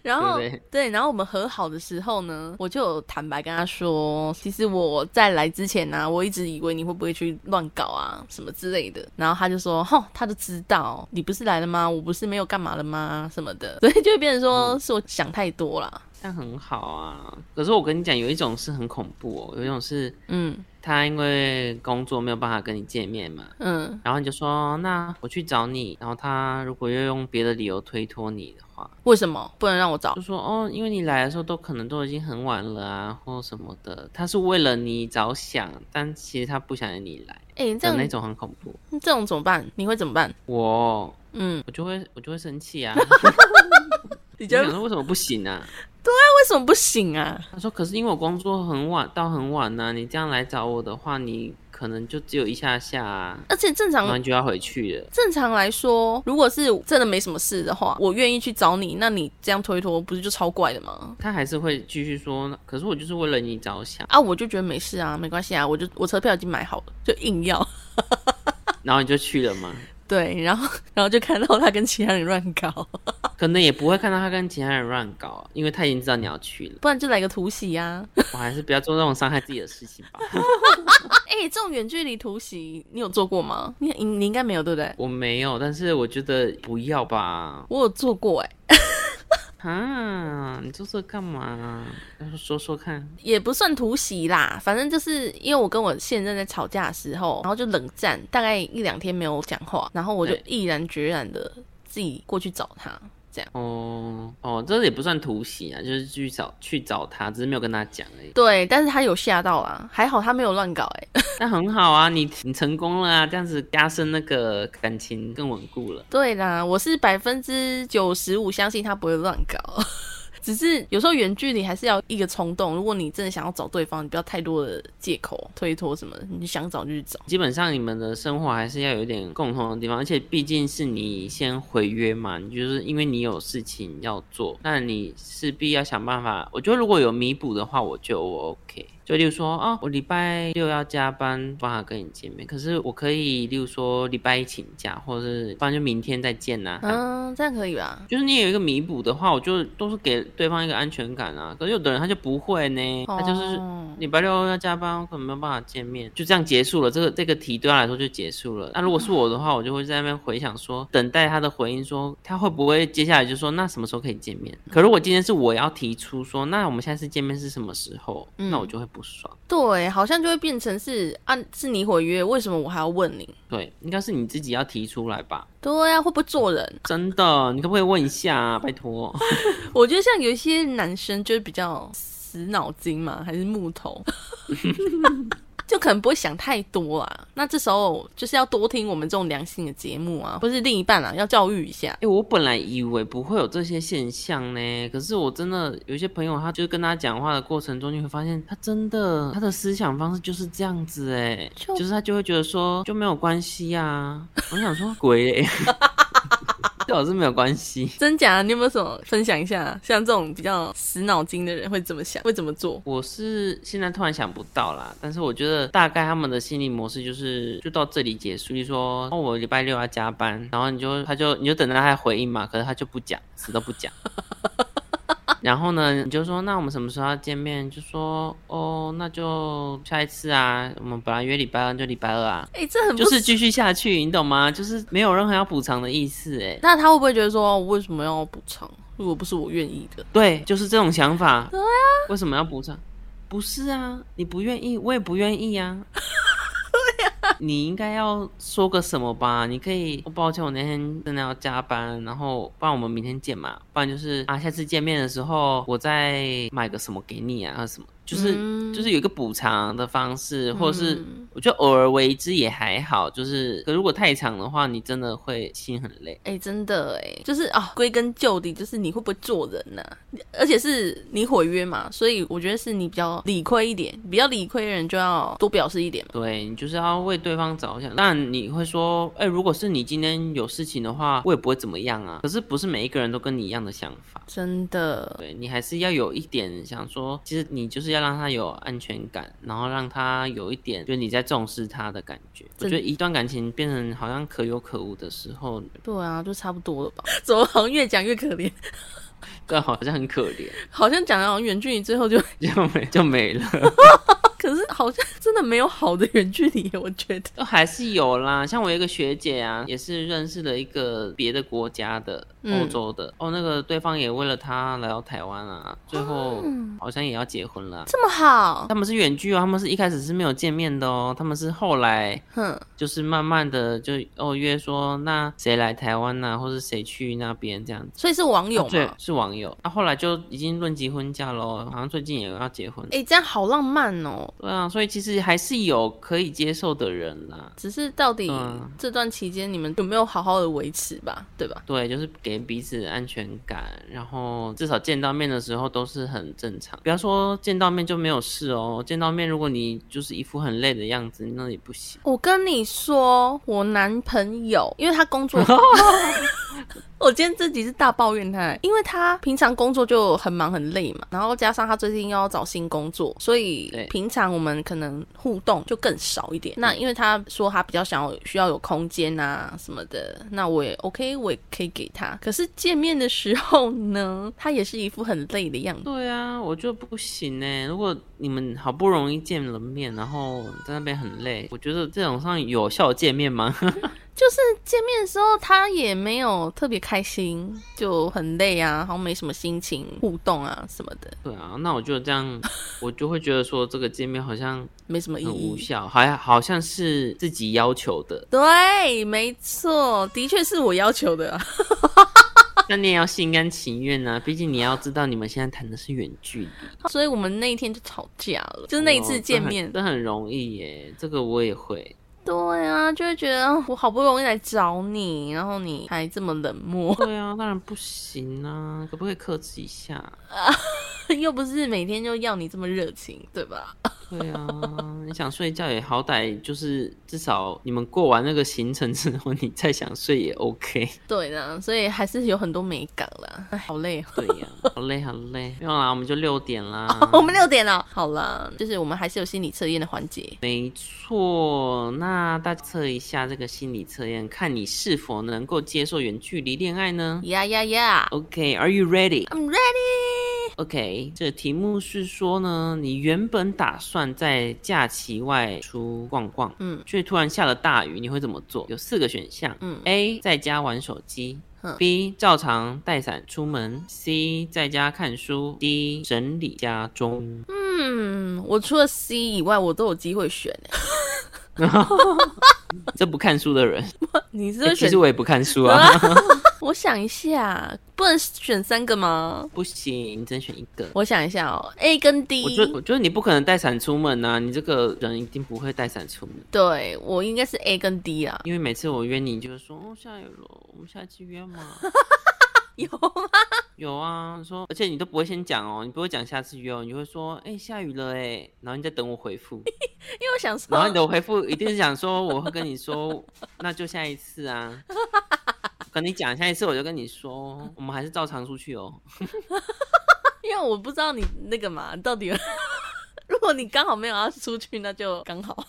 Speaker 1: 然后
Speaker 2: 对不对
Speaker 1: 然后我们和好的时候呢，我就有坦白跟他说，其实我在来之前呢、我一直以为你会不会去乱搞啊什么之类的。然后他就说，吼，他就知道你不是来了吗？我不是没有干嘛了吗？什么的，所以就会变成
Speaker 2: 嗯
Speaker 1: 说是我想太多啦。
Speaker 2: 但很好啊。可是我跟你讲，有一种是很恐怖哦，有一种是
Speaker 1: 嗯
Speaker 2: 他因为工作没有办法跟你见面嘛，
Speaker 1: 嗯，
Speaker 2: 然后你就说那我去找你，然后他如果又用别的理由推脱你的话，
Speaker 1: 为什么不能让我找
Speaker 2: 就？说哦，因为你来的时候都可能都已经很晚了啊，或什么的，他是为了你着想，但其实他不想你来
Speaker 1: 哎、这
Speaker 2: 的
Speaker 1: 样
Speaker 2: 那种，很恐怖。
Speaker 1: 这种怎么办？你会怎么办？
Speaker 2: 我哦
Speaker 1: 嗯，
Speaker 2: 我就会我就会生气啊！
Speaker 1: 你
Speaker 2: 你想说为什么不行啊？
Speaker 1: 为什么不行啊？
Speaker 2: 他说：“可是因为我工作很晚到很晚呢、你这样来找我的话，你可能就只有一下下啊，
Speaker 1: 而且正常
Speaker 2: 然后你就要回去了。
Speaker 1: 正常来说，如果是真的没什么事的话，我愿意去找你，那你这样推脱不是就超怪的吗？”
Speaker 2: 他还是会继续说：“可是我就是为了你着 想。
Speaker 1: 啊，我就觉得没事啊，没关系啊，我就我车票已经买好了，就硬要。”
Speaker 2: 然后你就去了嘛，
Speaker 1: 对，然后然后就看到他跟其他人乱搞，
Speaker 2: 可能也不会看到他跟其他人乱搞、啊，因为他已经知道你要去了。
Speaker 1: 不然就来个突袭啊！
Speaker 2: 我还是不要做那种伤害自己的事情吧。
Speaker 1: 哎、这种远距离突袭你有做过吗？你你你应该没有对不对？
Speaker 2: 我没有，但是我觉得不要吧。
Speaker 1: 我有做过哎、
Speaker 2: 啊，你做这干嘛？要说说看。
Speaker 1: 也不算突袭啦，反正就是因为我跟我现任在吵架的时候，然后就冷战，大概一两天没有讲话，然后我就
Speaker 2: 对
Speaker 1: 毅然决然的自己过去找他，这样。。
Speaker 2: 哦哦，这也不算突袭啊，就是去找去找他，只是没有跟他讲而已
Speaker 1: 对，但是他有吓到啦，还好他没有乱搞、欸，哎，
Speaker 2: 那很好啊，你你成功了啊，这样子加深那个感情更稳固了。
Speaker 1: 对啦，我是百分之九十五相信他不会乱搞， 只是有时候远距离还是要一个冲动，如果你真的想要找对方，你不要太多的借口推脱什么的，你想找就去找。
Speaker 2: 基本上你们的生活还是要有一点共同的地方，而且毕竟是你先回约嘛，你就是因为你有事情要做，那你势必要想办法。我觉得如果有弥补的话，我就我 OK。就例如说啊、我礼拜六要加班，无法跟你见面，可是我可以，例如说礼拜一请假，或者是不然就明天再见啊呐、
Speaker 1: 嗯，这样可以吧？
Speaker 2: 就是你有一个弥补的话，我就都是给对方一个安全感啊。可是有的人他就不会呢，他就是
Speaker 1: 哦
Speaker 2: 礼拜六要加班，我可能没有办法见面，就这样结束了。这个这个题对他来说就结束了。那如果是我的话，我就会在那边回想说，等待他的回应说，他会不会接下来就说那什么时候可以见面？
Speaker 1: 嗯
Speaker 2: 可如果今天是我要提出说，那我们下次见面是什么时候？
Speaker 1: 嗯
Speaker 2: 那我就会不爽。
Speaker 1: 对，好像就会变成是啊，是你毁约，为什么我还要问你？
Speaker 2: 对，应该是你自己要提出来吧？
Speaker 1: 对啊，会不会做人？
Speaker 2: 真的，你可不可以问一下、啊？拜托。
Speaker 1: 我觉得像有一些男生就是比较死脑筋嘛，还是木头， 就可能不会想太多啊。那这时候就是要多听我们这种良性的节目啊，或是另一半啊，要教育一下
Speaker 2: 哎、。我本来以为不会有这些现象呢，可是我真的有一些朋友，他就是跟他讲话的过程中，你会发现他真的他的思想方式就是这样子，哎，
Speaker 1: 就
Speaker 2: 就是他就会觉得说就没有关系呀、啊。我想说鬼嘞，对我是没有关系。
Speaker 1: 真假？你有没有什么分享一下？啊像这种比较死脑筋的人会怎么想，会怎么做？
Speaker 2: 我是现在突然想不到啦，但是我觉得大概他们的心理模式就是就到这里结束。就说哦，我礼拜六要加班，然后你就他就你就等着他的回应嘛，可是他就不讲，死都不讲。然后呢，你就说那我们什么时候要见面？就说哦，那就下一次啊，我们本来约礼拜二就礼拜二啊，
Speaker 1: 哎、这很不
Speaker 2: 就是继续下去，你懂吗？就是没有任何要补偿的意思，哎，
Speaker 1: 那他会不会觉得说，我为什么要补偿？如果不是我愿意的，
Speaker 2: 对，就是这种想法。对啊，为什么要补偿？不是啊，你不愿意，我也不愿意啊。 对呀、啊你应该要说个什么吧？你可以，哦抱歉，我那天真的要加班，然后不然我们明天见嘛，不然就是啊，下次见面的时候我再买个什么给你啊，或什么，就是、
Speaker 1: 嗯
Speaker 2: 就是有一个补偿的方式，或者是
Speaker 1: 嗯
Speaker 2: 我觉得偶尔为之也还好，就是可如果太长的话，你真的会心很累。
Speaker 1: 哎、真的哎，就是啊，归根究底就是你会不会做人呐、而且是你毁约嘛，所以我觉得是你比较理亏一点，比较理亏的人就要多表示一点嘛。
Speaker 2: 对你就是要为对方着想，但你会说，哎、如果是你今天有事情的话，我也不会怎么样啊。可是不是每一个人都跟你一样的想法，
Speaker 1: 真的，
Speaker 2: 对你还是要有一点想说，其实你就是要让他有安全感，然后让他有一点就是你在重视他的感觉。我
Speaker 1: 真
Speaker 2: 觉得一段感情变成好像可有可无的时候，
Speaker 1: 对啊，就差不多了吧？ 怎么好像越讲越可怜？
Speaker 2: 对，好像很可怜，
Speaker 1: 好像讲的好像远距离最后就，
Speaker 2: 就没就没了。
Speaker 1: 可是好像真的没有好的远距离耶，我觉得。
Speaker 2: 都还是有啦，像我有一个学姐啊，也是认识了一个别的国家的，
Speaker 1: 嗯
Speaker 2: 欧洲的、哦，那个对方也为了她来到台湾啊，最
Speaker 1: 哦
Speaker 2: 后好像也要结婚了啊、
Speaker 1: 这么好，
Speaker 2: 他们是远距哦，他们是一开始是没有见面的哦，他们是后来
Speaker 1: 哼，
Speaker 2: 就是慢慢的就哦约说，那谁来台湾呐、或是谁去那边这样子。
Speaker 1: 所以是网友
Speaker 2: 啊
Speaker 1: 嘛？
Speaker 2: 对，是网友。那、后来就已经论及婚嫁喽，好像最近也要结婚。
Speaker 1: 哎、这样好浪漫哦。
Speaker 2: 对啊，所以其实还是有可以接受的人啦。
Speaker 1: 只是到底
Speaker 2: 嗯
Speaker 1: 这段期间你们有没有好好的维持吧，对吧？
Speaker 2: 对，就是给彼此安全感，然后至少见到面的时候都是很正常。不要说见到面就没有事哦，见到面如果你就是一副很累的样子，那也不行。
Speaker 1: 我跟你说，我男朋友，因为他工作， 我今天这集是大抱怨他，因为他平常工作就很忙很累嘛，然后加上他最近又要找新工作，所以
Speaker 2: 对
Speaker 1: 平常我们可能互动就更少一点。那因为他说他比较想要需要有空间啊什么的，那我也 OK，我也可以给他。可是见面的时候呢，他也是一副很累的样子。
Speaker 2: 对啊，我就不行呢。如果你们好不容易见了面，然后在那边很累，我觉得这种上有效见面吗？
Speaker 1: 就是见面的时候，他也没有特别开心，就很累啊，好像没什么心情互动啊什么的，
Speaker 2: 对啊，那我就这样，我就会觉得说这个见面好像
Speaker 1: 没什么意
Speaker 2: 很无
Speaker 1: 义。，
Speaker 2: 效，还好像是自己要求的
Speaker 1: 对，没错，的确是我要求的、啊。
Speaker 2: 但你也要心甘情愿啊。毕竟你要知道，你们现在谈的是远距离。
Speaker 1: 所以我们那一天就吵架了，就是那一次见面
Speaker 2: 哦。这很这很容易耶，这个我也会。
Speaker 1: 对啊，就会觉得哦我好不容易来找你，然后你还这么冷漠，
Speaker 2: 对啊，当然不行啊，可不可以克制一下？
Speaker 1: 又不是每天就要你这么热情，对吧？
Speaker 2: 对啊，你想睡觉也好歹就是至少你们过完那个行程之后，你再想睡也 OK。
Speaker 1: 对呢，所以还是有很多美感啦。哎，好累哦。
Speaker 2: 对呀、好累好累，没有啦，我们就六点啦。
Speaker 1: 我们六点了，好啦，就是我们还是有心理测验的环节。
Speaker 2: 没错，那大家测一下这个心理测验，看你是否能够接受远距离恋爱呢
Speaker 1: 呀呀呀
Speaker 2: ？OK，Are、you ready？
Speaker 1: ！I'm ready。
Speaker 2: OK，这题目是说呢，你原本打算在假期外出逛逛，
Speaker 1: 嗯
Speaker 2: 却突然下了大雨，你会怎么做？有四个选项，
Speaker 1: 嗯
Speaker 2: ，A 在家玩手机
Speaker 1: 嗯
Speaker 2: ，B 照常带伞出门，C 在家看书，D 整理家中。
Speaker 1: 嗯，我除了 C 以外，我都有机会选。欸
Speaker 2: 这不看书 的人，
Speaker 1: 你是
Speaker 2: 欸
Speaker 1: 会
Speaker 2: 其
Speaker 1: 选
Speaker 2: 实？我也不看书啊，
Speaker 1: 我想一下，不能选三个吗？
Speaker 2: 不行，你只能选一个。
Speaker 1: 我想一下哦，A 跟 D
Speaker 2: 我。觉得，我觉得你不可能带伞出门呐、你这个人一定不会带伞出门。
Speaker 1: 对，我应该是 A 跟 D 啊。
Speaker 2: 因为每次我约你，你就是说哦下雨了，我们下次约嘛。
Speaker 1: 有
Speaker 2: 有啊，说，而且你都不会先讲哦，你不会讲下次约哦，你会说，哎、下雨了哎，然后你再等我回复，
Speaker 1: 因为我想
Speaker 2: 然后
Speaker 1: 说
Speaker 2: 你，的回复一定是想说，我会跟你说，那就下一次啊， 跟你讲，下一次我就跟你说，我们还是照常出去哦。
Speaker 1: 因为我不知道你那个嘛，到底有 如果你刚好没有要出去，那就刚好。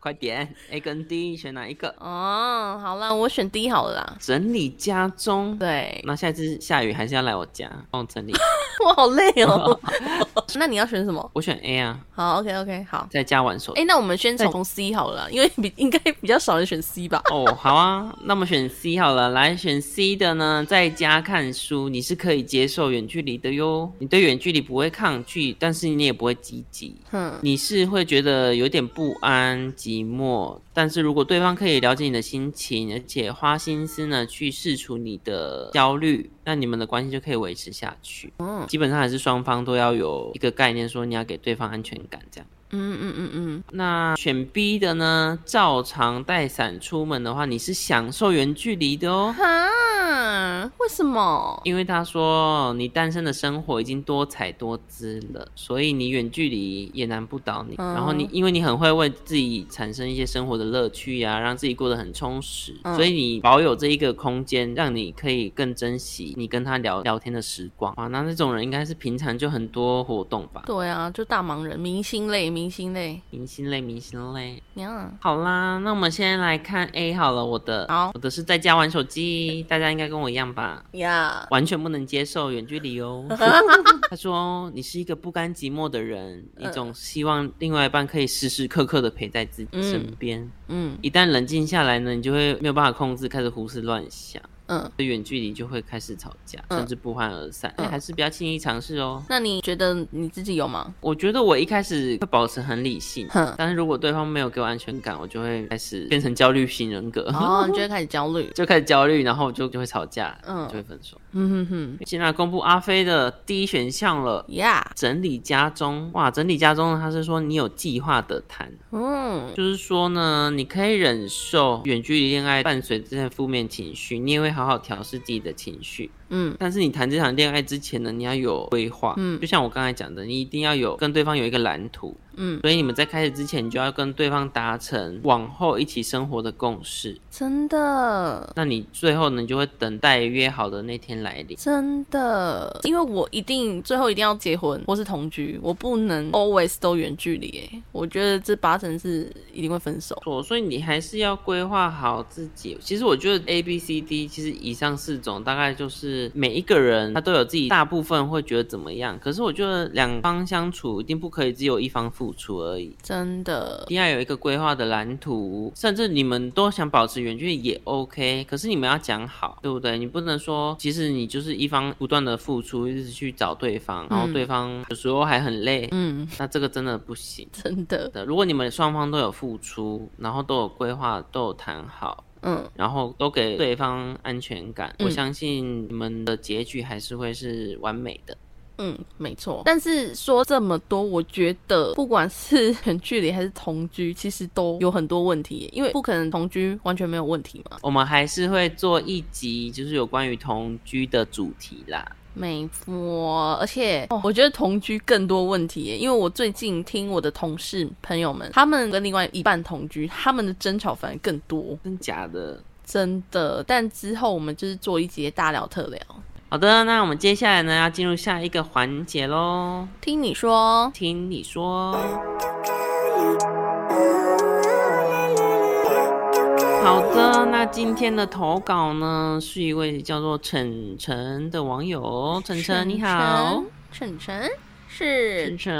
Speaker 2: 快点，A 跟 D 选哪一个？
Speaker 1: 哦，好啦，我选 D 好了啦。
Speaker 2: 整理家中。
Speaker 1: 对，
Speaker 2: 那下一次下雨还是要来我家帮我整理。
Speaker 1: 我好累哦。 那你要选什么？
Speaker 2: 我选 A 啊，
Speaker 1: 好，OK OK，好。
Speaker 2: 在家玩手
Speaker 1: 哎、那我们先从 C 好了啦，因为比应该比较少人选 C 吧。
Speaker 2: 哦，好啊，那么选 C 好了。来选 C 的呢，在家看书，你是可以接受远距离的哟。你对远距离不会抗拒，但是你也不会积极，
Speaker 1: 哼，
Speaker 2: 你是会觉得有点不安、寂寞。但是如果对方可以了解你的心情，而且花心思呢去试除你的焦虑，那你们的关系就可以维持下去。
Speaker 1: 嗯
Speaker 2: 基本上还是双方都要有一个概念，说你要给对方安全感，这样。
Speaker 1: 嗯嗯嗯嗯，
Speaker 2: 那选 B 的呢？照常带伞出门的话，你是享受远距离的哦，
Speaker 1: 哈，为什么？
Speaker 2: 因为他说你单身的生活已经多彩多姿了，所以你远距离也难不倒你。
Speaker 1: 嗯
Speaker 2: 然后你因为你很会为自己产生一些生活的乐趣呀、让自己过得很充实，
Speaker 1: 嗯
Speaker 2: 所以你保有这一个空间，让你可以更珍惜你跟他聊聊天的时光啊。那那种人应该是平常就很多活动吧？
Speaker 1: 对啊，就大忙人，明星类，明星类，
Speaker 2: 明星类，明星类。
Speaker 1: 呀，
Speaker 2: 好啦，那我们先来看 A 好了，我的
Speaker 1: 好
Speaker 2: 我的是在家玩手机，大家应该跟我一样吧，
Speaker 1: 呀，
Speaker 2: 完全不能接受远距离 哦。他说你是一个不甘寂寞的人，
Speaker 1: 呃
Speaker 2: 你总希望另外一半可以时时刻刻的陪在自己身边，
Speaker 1: 嗯
Speaker 2: 一旦冷静下来呢，你就会没有办法控制，开始胡思乱想，
Speaker 1: 嗯，
Speaker 2: 所以远距离就会开始吵架，
Speaker 1: 嗯
Speaker 2: 甚至不欢而散，
Speaker 1: 嗯
Speaker 2: 哎还是不要轻易尝试哦。
Speaker 1: 那你觉得你自己有吗？
Speaker 2: 我觉得我一开始会保持很理性，
Speaker 1: 哼，
Speaker 2: 但是如果对方没有给我安全感，我就会开始变成焦虑型人格，
Speaker 1: 哦，你就会开始焦虑。
Speaker 2: 就开始焦虑，然后就就会吵架，
Speaker 1: 嗯
Speaker 2: 就会分手。
Speaker 1: 嗯哼哼，
Speaker 2: 现在公布阿飞的第一选项了。
Speaker 1: 呀，
Speaker 2: 整理家中，哇！整理家中呢，他是说你有计划的谈，
Speaker 1: 嗯
Speaker 2: 就是说呢，你可以忍受远距离恋爱伴随这些负面情绪，你也会好好调试自己的情绪。
Speaker 1: 嗯
Speaker 2: 但是你谈这场恋爱之前呢，你要有规划，
Speaker 1: 嗯
Speaker 2: 就像我刚才讲的，你一定要有跟对方有一个蓝图，
Speaker 1: 嗯，
Speaker 2: 所以你们在开始之前，你就要跟对方达成往后一起生活的共识。
Speaker 1: 真的。
Speaker 2: 那你最后呢，你就会等待约好的那天来临。
Speaker 1: 真的，因为我一定最后一定要结婚或是同居，我不能 always 都远距离。哎，我觉得这八成是一定会分手。
Speaker 2: 错，所以你还是要规划好自己。其实我觉得 A、B、C、D，其实以上四种大概就是每一个人他都有自己大部分会觉得怎么样。可是我觉得两方相处一定不可以只有一方付出而已，
Speaker 1: 真的
Speaker 2: 一，定要有一个规划的蓝图，甚至你们都想保持远距离也 OK，可是你们要讲好，对不对？你不能说，其实你就是一方不断的付出，一直去找对方，然后对方有时候还很累，
Speaker 1: 嗯，
Speaker 2: 那这个真的不行
Speaker 1: 真的，
Speaker 2: 的。如果你们双方都有付出，然后都有规划，都有谈好。
Speaker 1: 嗯，
Speaker 2: 然后都给对方安全感，
Speaker 1: 嗯
Speaker 2: 我相信你们的结局还是会是完美的。
Speaker 1: 嗯，没错。但是说这么多，我觉得不管是远距离还是同居，其实都有很多问题，因为不可能同居完全没有问题嘛。
Speaker 2: 我们还是会做一集，就是有关于同居的主题啦。
Speaker 1: 没错，而且、哦我觉得同居更多问题耶，因为我最近听我的同事朋友们，他们跟另外一半同居，他们的争吵反而更多，
Speaker 2: 真假的？
Speaker 1: 真的。但之后我们就是做一节大聊特聊，
Speaker 2: 好的，那我们接下来呢要进入下一个环节喽，
Speaker 1: 听你说，
Speaker 2: 听你说。好的，那今天的投稿呢是一位叫做晨晨的网友，哦晨晨你好，
Speaker 1: 晨晨
Speaker 2: 晨
Speaker 1: 是
Speaker 2: 晨，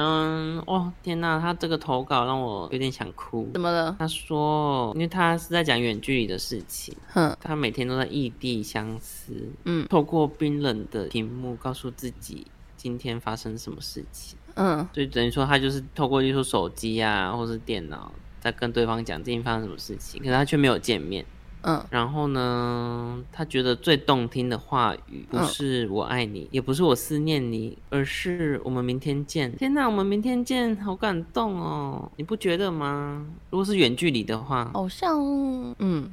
Speaker 2: 哦天呐，他这个投稿让我有点想哭。
Speaker 1: 怎么了？
Speaker 2: 他说，因为他是在讲远距离的事情，
Speaker 1: 哼，
Speaker 2: 他每天都在异地相思，
Speaker 1: 嗯
Speaker 2: 透过冰冷的屏幕告诉自己今天发生什么事情，
Speaker 1: 嗯
Speaker 2: 所以等于说他就是透过一说手机啊，或是电脑，在跟对方讲今天发生什么事情，可是他却没有见面。
Speaker 1: 嗯
Speaker 2: 然后呢，他觉得最动听的话语不
Speaker 1: 嗯
Speaker 2: 是“我爱你”，也不是“我思念你”，而是“我们明天见”。天哪，我们明天见，好感动哦！你不觉得吗？如果是远距离的话，
Speaker 1: 好像， 嗯，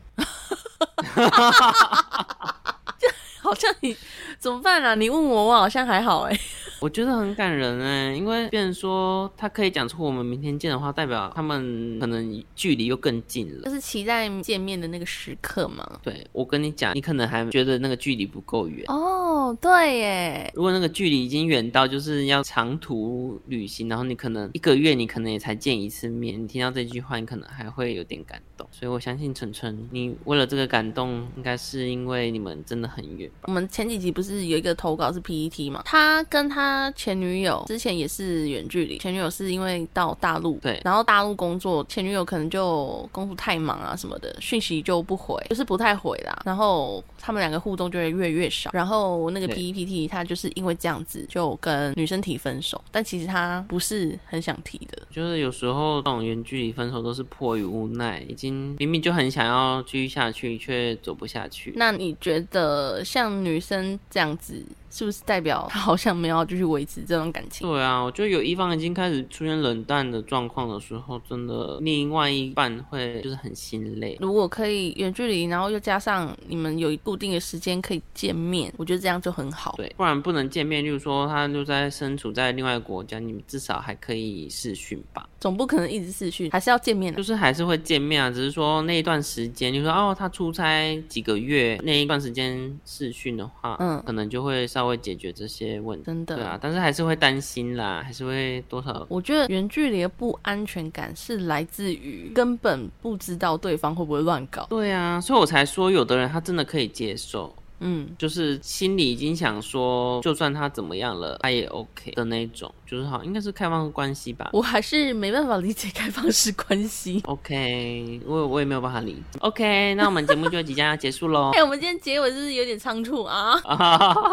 Speaker 1: 好像你怎么办啊？你问我，我好像还好哎、
Speaker 2: 我觉得很感人哎、因为别人说他可以讲出我们明天见的话，代表他们可能距离又更近了
Speaker 1: 就。是期待见面的那个时刻嘛。
Speaker 2: 对我跟你讲，你可能还觉得那个距离不够远。
Speaker 1: 哦，对耶，
Speaker 2: 如果那个距离已经远到就是要长途旅行，然后你可能一个月你可能也才见一次面，你听到这句话，你可能还会有点感动。所以我相信晨晨，你为了这个感动，应该是因为你们真的很远吧？
Speaker 1: 我们前几集不是有一个投稿是 PET 嘛？他跟他前女友之前也是远距离，前女友是因为到大陆，
Speaker 2: 对
Speaker 1: 然后大陆工作，前女友可能就工作太忙啊什么的，讯息就不回，就是不太回啦。然后他们两个互动就会越来越少。然后那个
Speaker 2: 对
Speaker 1: PET 他就是因为这样子就跟女生提分手，但其实他不是很想提的。
Speaker 2: 就是有时候这种远距离分手都是迫于无奈，已经明明就很想要继续下去，却走不下去。
Speaker 1: 那你觉得像女生这样子，是不是代表她好像没有要继续维持这段感情？
Speaker 2: 对啊，我觉得有一方已经开始出现冷淡的状况的时候，真的另外一半会就是很心累。
Speaker 1: 如果可以远距离，然后又加上你们有固定的时间可以见面，我觉得这样就很好。
Speaker 2: 对，不然不能见面。例如说，他就在身处在另外一个国家，你们至少还可以视讯吧，
Speaker 1: 总不可能一直视讯，还是要见面的
Speaker 2: 就。是还是会见面啊。只是说那一段时间，就说哦，他出差几个月，那一段时间视讯的话，
Speaker 1: 嗯
Speaker 2: 可能就会稍微解决这些问题。
Speaker 1: 真的
Speaker 2: 对啊，但是还是会担心啦，还是会多少
Speaker 1: 我觉得远距离的不安全感是来自于根本不知道对方会不会乱搞。
Speaker 2: 对啊，所以我才说，有的人他真的可以接受，
Speaker 1: 嗯，
Speaker 2: 就是心里已经想说，就算他怎么样了，他也 OK 的那一种，就是好，应该是开放关系吧。
Speaker 1: 我还是没办法理解开放式关
Speaker 2: 哦
Speaker 1: 系。
Speaker 2: OK，我我也没有办法理解。OK，那我们节目就即将要结束喽
Speaker 1: 哎、。我们今天结尾是不是有点仓促啊？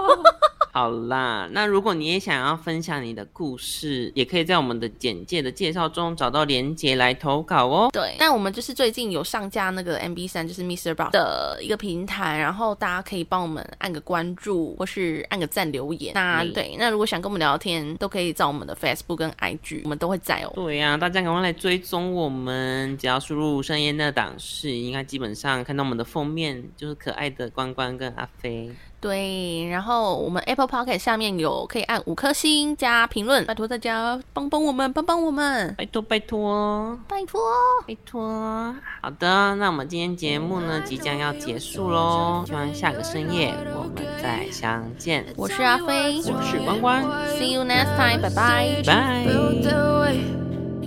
Speaker 2: 好啦，那如果你也想要分享你的故事，也可以在我们的简介的介绍中找到连结来投稿哦。
Speaker 1: 对，但我们就是最近有上架那个 MB 三，就是 Mr. Box 的一个平台，然后大家可以帮我们按个关注，或是按个赞留言。那
Speaker 2: 嗯
Speaker 1: 对，那如果想跟我们聊天，都可以找我们的 Facebook 跟 IG，我们都会在哦。
Speaker 2: 对呀、大家赶快来追踪我们，只要输入“深夜那档事”，应该基本上看到我们的封面就是可爱的关关跟阿飞。
Speaker 1: 对，然后我们 Apple Pocket 下面有可以按五颗星加评论，拜托大家帮帮我们，帮帮我们，
Speaker 2: 拜托拜托哦
Speaker 1: 拜托。
Speaker 2: 拜托。好的，那我们今天节目呢即将要结束喽，希望下个深夜我们再相见。
Speaker 1: 我是阿飞
Speaker 2: 我是关关
Speaker 1: ，See you next time，拜拜。
Speaker 2: 拜。
Speaker 3: felt that way.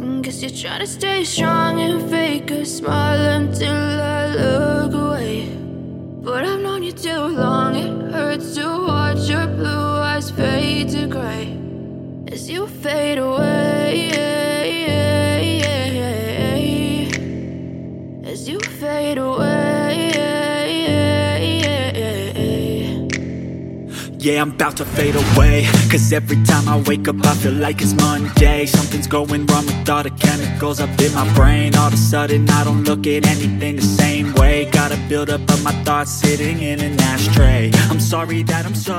Speaker 3: And guess you're trying to stay strong and fake a smile until I look away. But I've known you too long, it hurts to watch your blue eyes fade to gray as you fade away. As you fade away.
Speaker 4: Yeah, I'm about to fade away. Cause every time I wake up, I feel like it's Monday. Something's going wrong with all the chemicals up in my brain. All of a sudden, I don't look at anything the same way. Gotta build up of my thoughts sitting in an ashtray. I'm sorry that I'm so.